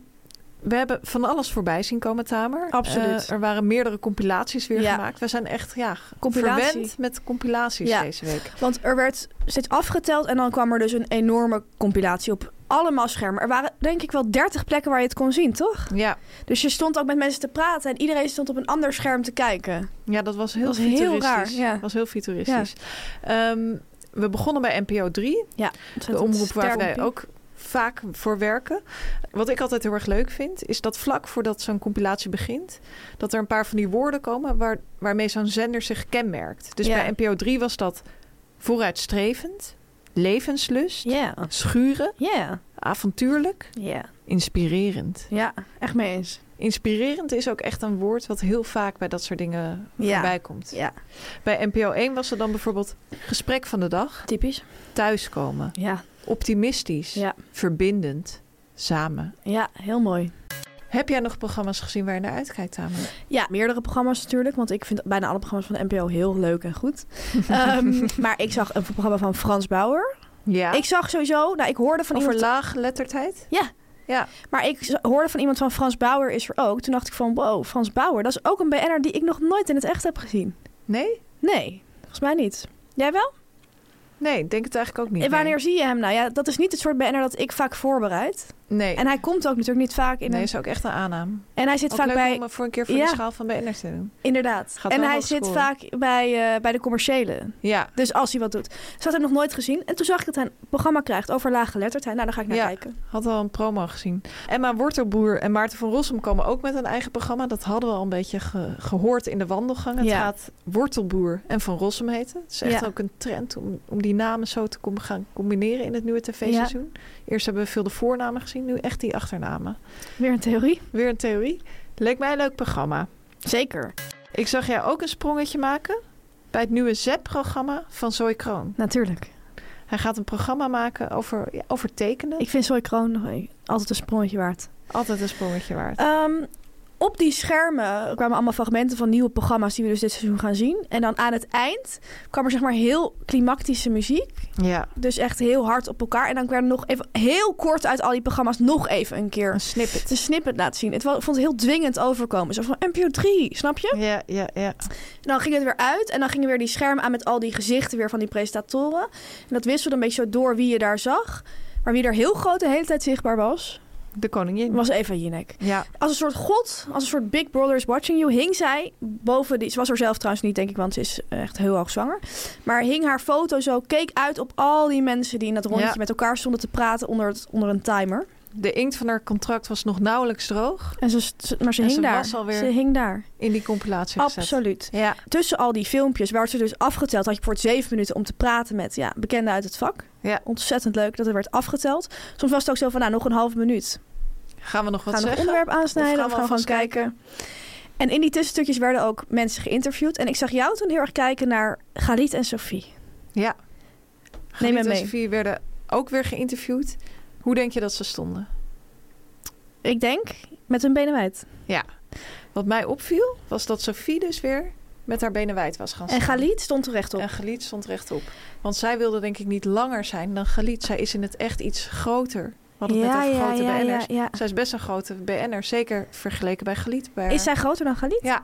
Speaker 1: we hebben van alles voorbij zien komen, Tamer.
Speaker 2: Absoluut.
Speaker 1: Eh, er waren meerdere compilaties weer
Speaker 2: Ja.
Speaker 1: gemaakt. We zijn echt ja,
Speaker 2: Compilatie.
Speaker 1: verwend met compilaties
Speaker 2: Ja.
Speaker 1: deze week.
Speaker 2: want er werd steeds afgeteld en dan kwam er dus een enorme compilatie op allemaal schermen. Er waren denk ik wel 30 plekken waar je het kon zien, toch?
Speaker 1: Ja.
Speaker 2: Dus je stond ook met mensen te praten en iedereen stond op een ander scherm te kijken.
Speaker 1: ja, dat was heel
Speaker 2: Dat was heel
Speaker 1: futuristisch.
Speaker 2: raar, ja.
Speaker 1: was heel futuristisch. Ehm, we begonnen bij NPO 3. de omroep waar wij ook vaak voor werken. Wat ik altijd heel erg leuk vind, is dat vlak voordat zo'n compilatie begint, dat er een paar van die woorden komen waar, waarmee zo'n zender zich kenmerkt. Dus
Speaker 2: Ja.
Speaker 1: bij NPO 3 was dat vooruitstrevend, levenslust,
Speaker 2: Ja,
Speaker 1: schuren,
Speaker 2: ja,
Speaker 1: avontuurlijk,
Speaker 2: ja.
Speaker 1: inspirerend.
Speaker 2: Ja, echt mee eens.
Speaker 1: Inspirerend is ook echt een woord wat heel vaak bij dat soort dingen
Speaker 2: Ja.
Speaker 1: voorbij komt.
Speaker 2: Ja,
Speaker 1: Bij NPO 1 was er dan bijvoorbeeld gesprek van de dag,
Speaker 2: typisch.
Speaker 1: thuiskomen,
Speaker 2: Ja,
Speaker 1: optimistisch,
Speaker 2: ja,
Speaker 1: verbindend, samen.
Speaker 2: ja, heel mooi.
Speaker 1: Heb jij nog programma's gezien waar je naar uitkijkt, Tamer?
Speaker 2: Ja, meerdere programma's natuurlijk, want ik vind bijna alle programma's van de NPO heel leuk en goed. Ehm, maar ik zag een programma van Frans Bauer.
Speaker 1: Ja.
Speaker 2: Ik zag sowieso, nou, ik hoorde van
Speaker 1: Over
Speaker 2: iemand,
Speaker 1: laaggeletterdheid?
Speaker 2: maar ik z- hoorde van iemand van Frans Bauer is er ook. Toen dacht ik van, wow, Frans Bauer, dat is ook een BN'er die ik nog nooit in het echt heb gezien.
Speaker 1: Nee?
Speaker 2: Nee, volgens mij niet. Jij wel?
Speaker 1: Nee, ik denk het eigenlijk ook niet.
Speaker 2: En wanneer zie je hem nou? Ja, dat is niet het soort BN'er dat ik vaak voorbereid.
Speaker 1: Nee,
Speaker 2: En hij komt ook natuurlijk niet vaak in.
Speaker 1: nee,
Speaker 2: een-
Speaker 1: is ook echt een aanname.
Speaker 2: en hij zit
Speaker 1: Ook
Speaker 2: vaak
Speaker 1: leuk
Speaker 2: bij.
Speaker 1: om het voor een keer voor
Speaker 2: Ja.
Speaker 1: de schaal van BNR te doen.
Speaker 2: Inderdaad.
Speaker 1: Gaat
Speaker 2: en
Speaker 1: wel
Speaker 2: hij
Speaker 1: hoog
Speaker 2: zit
Speaker 1: scoren.
Speaker 2: vaak bij, eh, bij de commerciële.
Speaker 1: Ja,
Speaker 2: Dus als hij wat doet. Ze had hem nog nooit gezien. En toen zag ik dat hij een programma krijgt over laaggeletterdheid. Nou, daar ga ik naar
Speaker 1: Ja.
Speaker 2: kijken.
Speaker 1: had al een promo gezien. Emma Wortelboer en Maarten van Rossum komen ook met een eigen programma. Dat hadden we al een beetje ge- gehoord in de wandelgang. Het
Speaker 2: Ja.
Speaker 1: gaat Wortelboer en van Rossum heten. Het is echt
Speaker 2: Ja.
Speaker 1: ook een trend om, om die namen zo te com- gaan combineren in het nieuwe tv-seizoen. Eerst hebben we veel de voornamen gezien, nu echt die achternamen.
Speaker 2: Weer een theorie.
Speaker 1: Weer een theorie. Leek mij een leuk programma.
Speaker 2: Zeker.
Speaker 1: Ik zag jij ook een sprongetje maken bij het nieuwe ZEP-programma van Zoe Kroon.
Speaker 2: Natuurlijk.
Speaker 1: Hij gaat een programma maken over, ja, over tekenen.
Speaker 2: Ik vind Zoe Kroon nog een- altijd een sprongetje waard.
Speaker 1: Altijd een sprongetje waard.
Speaker 2: Ehm, op die schermen kwamen allemaal fragmenten van nieuwe programma's die we dus dit seizoen gaan zien. En dan aan het eind kwam er zeg maar heel klimactische muziek.
Speaker 1: ja.
Speaker 2: Dus echt heel hard op elkaar. En dan kwam er nog even heel kort uit al die programma's nog even een keer
Speaker 1: Een snippet.
Speaker 2: te snippet laten zien. Het wa- ik vond het heel dwingend overkomen. Zo van NPO 3, snap je?
Speaker 1: Ja, ja, ja.
Speaker 2: En dan ging het weer uit en dan gingen weer die schermen aan met al die gezichten weer van die presentatoren. En dat wisselde een beetje zo door wie je daar zag. Maar wie er heel groot de hele tijd zichtbaar was,
Speaker 1: De koningin.
Speaker 2: was Eva Jinek.
Speaker 1: Ja,
Speaker 2: Als een soort god, als een soort Big Brother is watching you, hing zij boven die. Ze was er zelf trouwens niet, denk ik, want ze is eh, echt heel hoog zwanger. Maar hing haar foto zo, keek uit op al die mensen die in dat rondje
Speaker 1: Ja.
Speaker 2: met elkaar stonden te praten onder, het, onder een timer.
Speaker 1: de inkt van haar contract was nog nauwelijks droog
Speaker 2: En ze, st- maar ze
Speaker 1: En
Speaker 2: hing
Speaker 1: ze
Speaker 2: daar.
Speaker 1: was alweer
Speaker 2: Ze hing daar.
Speaker 1: in die compilatie gezet.
Speaker 2: Absoluut.
Speaker 1: Ja,
Speaker 2: Tussen al die filmpjes werd ze dus afgeteld. Had je voor zeven minuten om te praten met ja, bekenden uit het vak.
Speaker 1: Ja.
Speaker 2: Ontzettend leuk dat er werd afgeteld. Soms was het ook zo van, nou, nog een halve minuut.
Speaker 1: gaan we nog wat
Speaker 2: gaan we nog
Speaker 1: zeggen?
Speaker 2: onderwerp aansnijden
Speaker 1: Of gaan we
Speaker 2: of gaan we gewoon
Speaker 1: alvast
Speaker 2: kijken. En in die tussenstukjes werden ook mensen geïnterviewd. En ik zag jou toen heel erg kijken naar Galit en Sophie.
Speaker 1: Ja.
Speaker 2: Neem
Speaker 1: Galit
Speaker 2: hem
Speaker 1: en
Speaker 2: mee.
Speaker 1: Sophie werden ook weer geïnterviewd. Hoe denk je dat ze stonden?
Speaker 2: Ik denk, met hun benen wijd.
Speaker 1: Wat mij opviel, was dat Sophie dus weer met haar benen wijd was gaan
Speaker 2: En
Speaker 1: staan.
Speaker 2: Galit stond er rechtop.
Speaker 1: En Galit stond rechtop. Want zij wilde denk ik niet langer zijn dan Galit. Zij is in het echt iets groter. We hadden het net over grote
Speaker 2: ja,
Speaker 1: BN'ers.
Speaker 2: ja, ja.
Speaker 1: Zij is best een grote BN'er. Zeker vergeleken bij Galit. Bij
Speaker 2: Is zij groter dan Galit?
Speaker 1: Ja.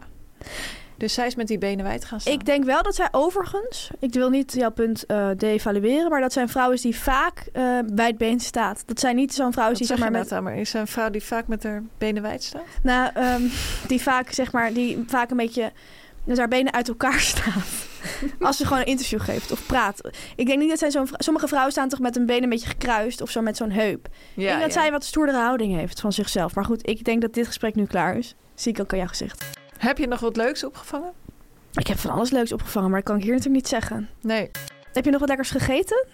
Speaker 1: Dus zij is met die benen wijd gaan staan.
Speaker 2: Ik denk wel dat zij overigens, ik wil niet jouw punt eh devalueren, maar dat zij een vrouw is die vaak eh bij het been staat. Dat zij niet zo'n vrouw is
Speaker 1: Wat
Speaker 2: die
Speaker 1: zeg
Speaker 2: oh, zeg
Speaker 1: je
Speaker 2: maar
Speaker 1: nou,
Speaker 2: met,
Speaker 1: Tamer? Is zij een vrouw die vaak met haar benen wijd staat?
Speaker 2: nou, ehm, die vaak zeg maar, die vaak een beetje met haar benen uit elkaar staat. Als ze gewoon een interview geeft of praat. Ik denk niet dat zij zo'n vrou- sommige vrouwen staan toch met hun benen een beetje gekruist of zo met zo'n heup. ik denk dat zij wat stoerdere houding heeft van zichzelf. Maar goed, ik denk dat dit gesprek nu klaar is. Zie ik ook aan jouw gezicht.
Speaker 1: Heb je nog wat leuks opgevangen?
Speaker 2: Ik heb van alles leuks opgevangen, maar dat kan ik hier natuurlijk niet zeggen.
Speaker 1: Nee.
Speaker 2: Heb je nog wat lekkers gegeten?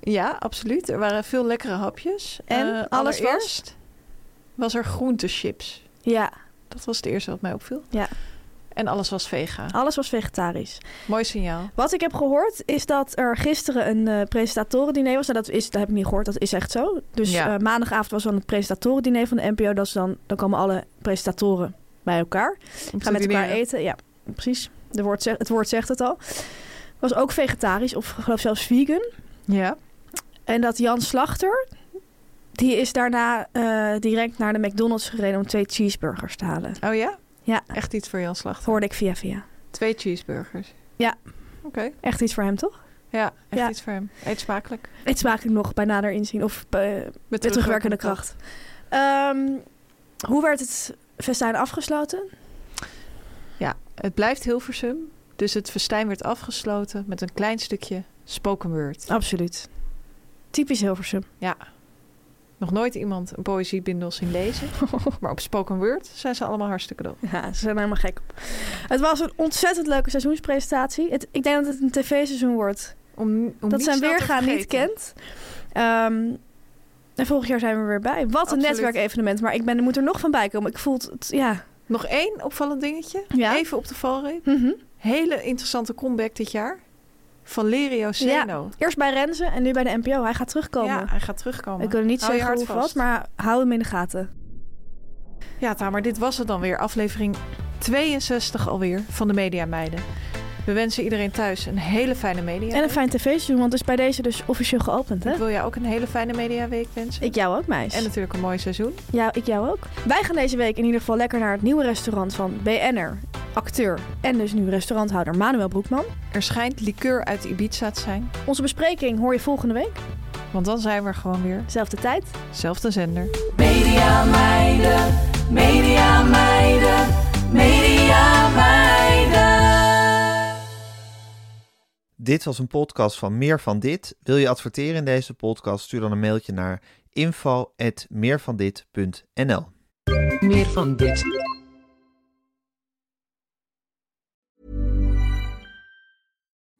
Speaker 1: Ja, absoluut. Er waren veel lekkere hapjes.
Speaker 2: En
Speaker 1: Eh,
Speaker 2: alles
Speaker 1: allereerst was er groentechips.
Speaker 2: Ja,
Speaker 1: Dat was het eerste wat mij opviel.
Speaker 2: Ja. Ah.
Speaker 1: En alles was vega.
Speaker 2: alles was vegetarisch.
Speaker 1: Mooi signaal.
Speaker 2: Wat ik heb gehoord is dat er gisteren een eh presentatorendiner was. Nou, dat, is, dat heb ik niet gehoord, dat is echt zo. Dus
Speaker 1: Ja.
Speaker 2: eh, maandagavond was dan het presentatorendiner van de NPO. Dat is dan, dan komen alle presentatoren bij elkaar.
Speaker 1: Om te
Speaker 2: Gaan met elkaar
Speaker 1: dineren.
Speaker 2: eten. Ja, precies. De woord zegt, het woord zegt het al. Was ook vegetarisch of ik geloof zelfs vegan.
Speaker 1: Ja.
Speaker 2: En dat Jan Slachter, die is daarna eh, direct naar de McDonald's gereden om twee cheeseburgers te halen.
Speaker 1: Oh ja?
Speaker 2: Ja.
Speaker 1: Echt iets voor Jan Slachter.
Speaker 2: Dat hoorde ik via via.
Speaker 1: Twee cheeseburgers.
Speaker 2: Ja.
Speaker 1: Oké.
Speaker 2: Echt iets voor hem, toch?
Speaker 1: Ja, echt
Speaker 2: Ja.
Speaker 1: iets voor hem. Eet smakelijk.
Speaker 2: Het smaakt ik nog bij nader inzien. Of eh,
Speaker 1: Met
Speaker 2: De terugwerkende kracht. Ehm, hoe werd het festijn afgesloten?
Speaker 1: Het blijft Hilversum. Dus het festijn werd afgesloten met een klein stukje spoken word.
Speaker 2: Oh. Absoluut. Typisch Hilversum.
Speaker 1: Nog nooit iemand een poëziebindel zien lezen. maar op spoken word zijn ze allemaal hartstikke dol.
Speaker 2: Ja, ze zijn er helemaal gek op. Het was een ontzettend leuke seizoenspresentatie. Het, ik denk dat het een tv-seizoen wordt.
Speaker 1: Om, om
Speaker 2: dat
Speaker 1: niets
Speaker 2: zijn
Speaker 1: te
Speaker 2: weergaan niet
Speaker 1: vergeten.
Speaker 2: kent. Ehm, en volgend jaar zijn we weer bij. Wat een
Speaker 1: Absoluut.
Speaker 2: netwerkevenement. Maar ik ben, moet er nog van bij komen. Ik voel het- het, ja.
Speaker 1: Nog één opvallend dingetje.
Speaker 2: Ja.
Speaker 1: Even op de valreep.
Speaker 2: Mhm.
Speaker 1: Hele interessante comeback dit jaar. Valerio Seno.
Speaker 2: Eerst bij Renze en nu bij de NPO. Hij gaat terugkomen.
Speaker 1: Ja, hij gaat terugkomen.
Speaker 2: Ik wil niet
Speaker 1: Hou je
Speaker 2: zeggen
Speaker 1: hart
Speaker 2: hoe of wat,
Speaker 1: vast.
Speaker 2: maar hou hem in de gaten.
Speaker 1: Ja, Tamer, dit was het dan weer. Aflevering 62 alweer van de Media Meiden. We wensen iedereen thuis een hele fijne media.
Speaker 2: En een fijn tv-seizoen, want het is bij deze dus officieel geopend, hè?
Speaker 1: Ik wil jou ook een hele fijne mediaweek wensen.
Speaker 2: Ik jou ook, meis.
Speaker 1: En natuurlijk een mooi seizoen.
Speaker 2: Ja, ik jou ook. Wij gaan deze week in ieder geval lekker naar het nieuwe restaurant van BN'er, acteur en dus nu restauranthouder Manuel Broekman.
Speaker 1: Er schijnt liqueur uit Ibiza te zijn.
Speaker 2: Onze bespreking hoor je volgende week,
Speaker 1: Want dan zijn we er gewoon weer.
Speaker 2: zelfde tijd.
Speaker 1: Zelfde zender.
Speaker 4: Media meiden, media meiden, media meiden.
Speaker 5: Dit was een podcast van Meer van Dit. Wil je adverteren in deze podcast? Stuur dan een mailtje naar info.meervandit.nl
Speaker 6: Meer van dit.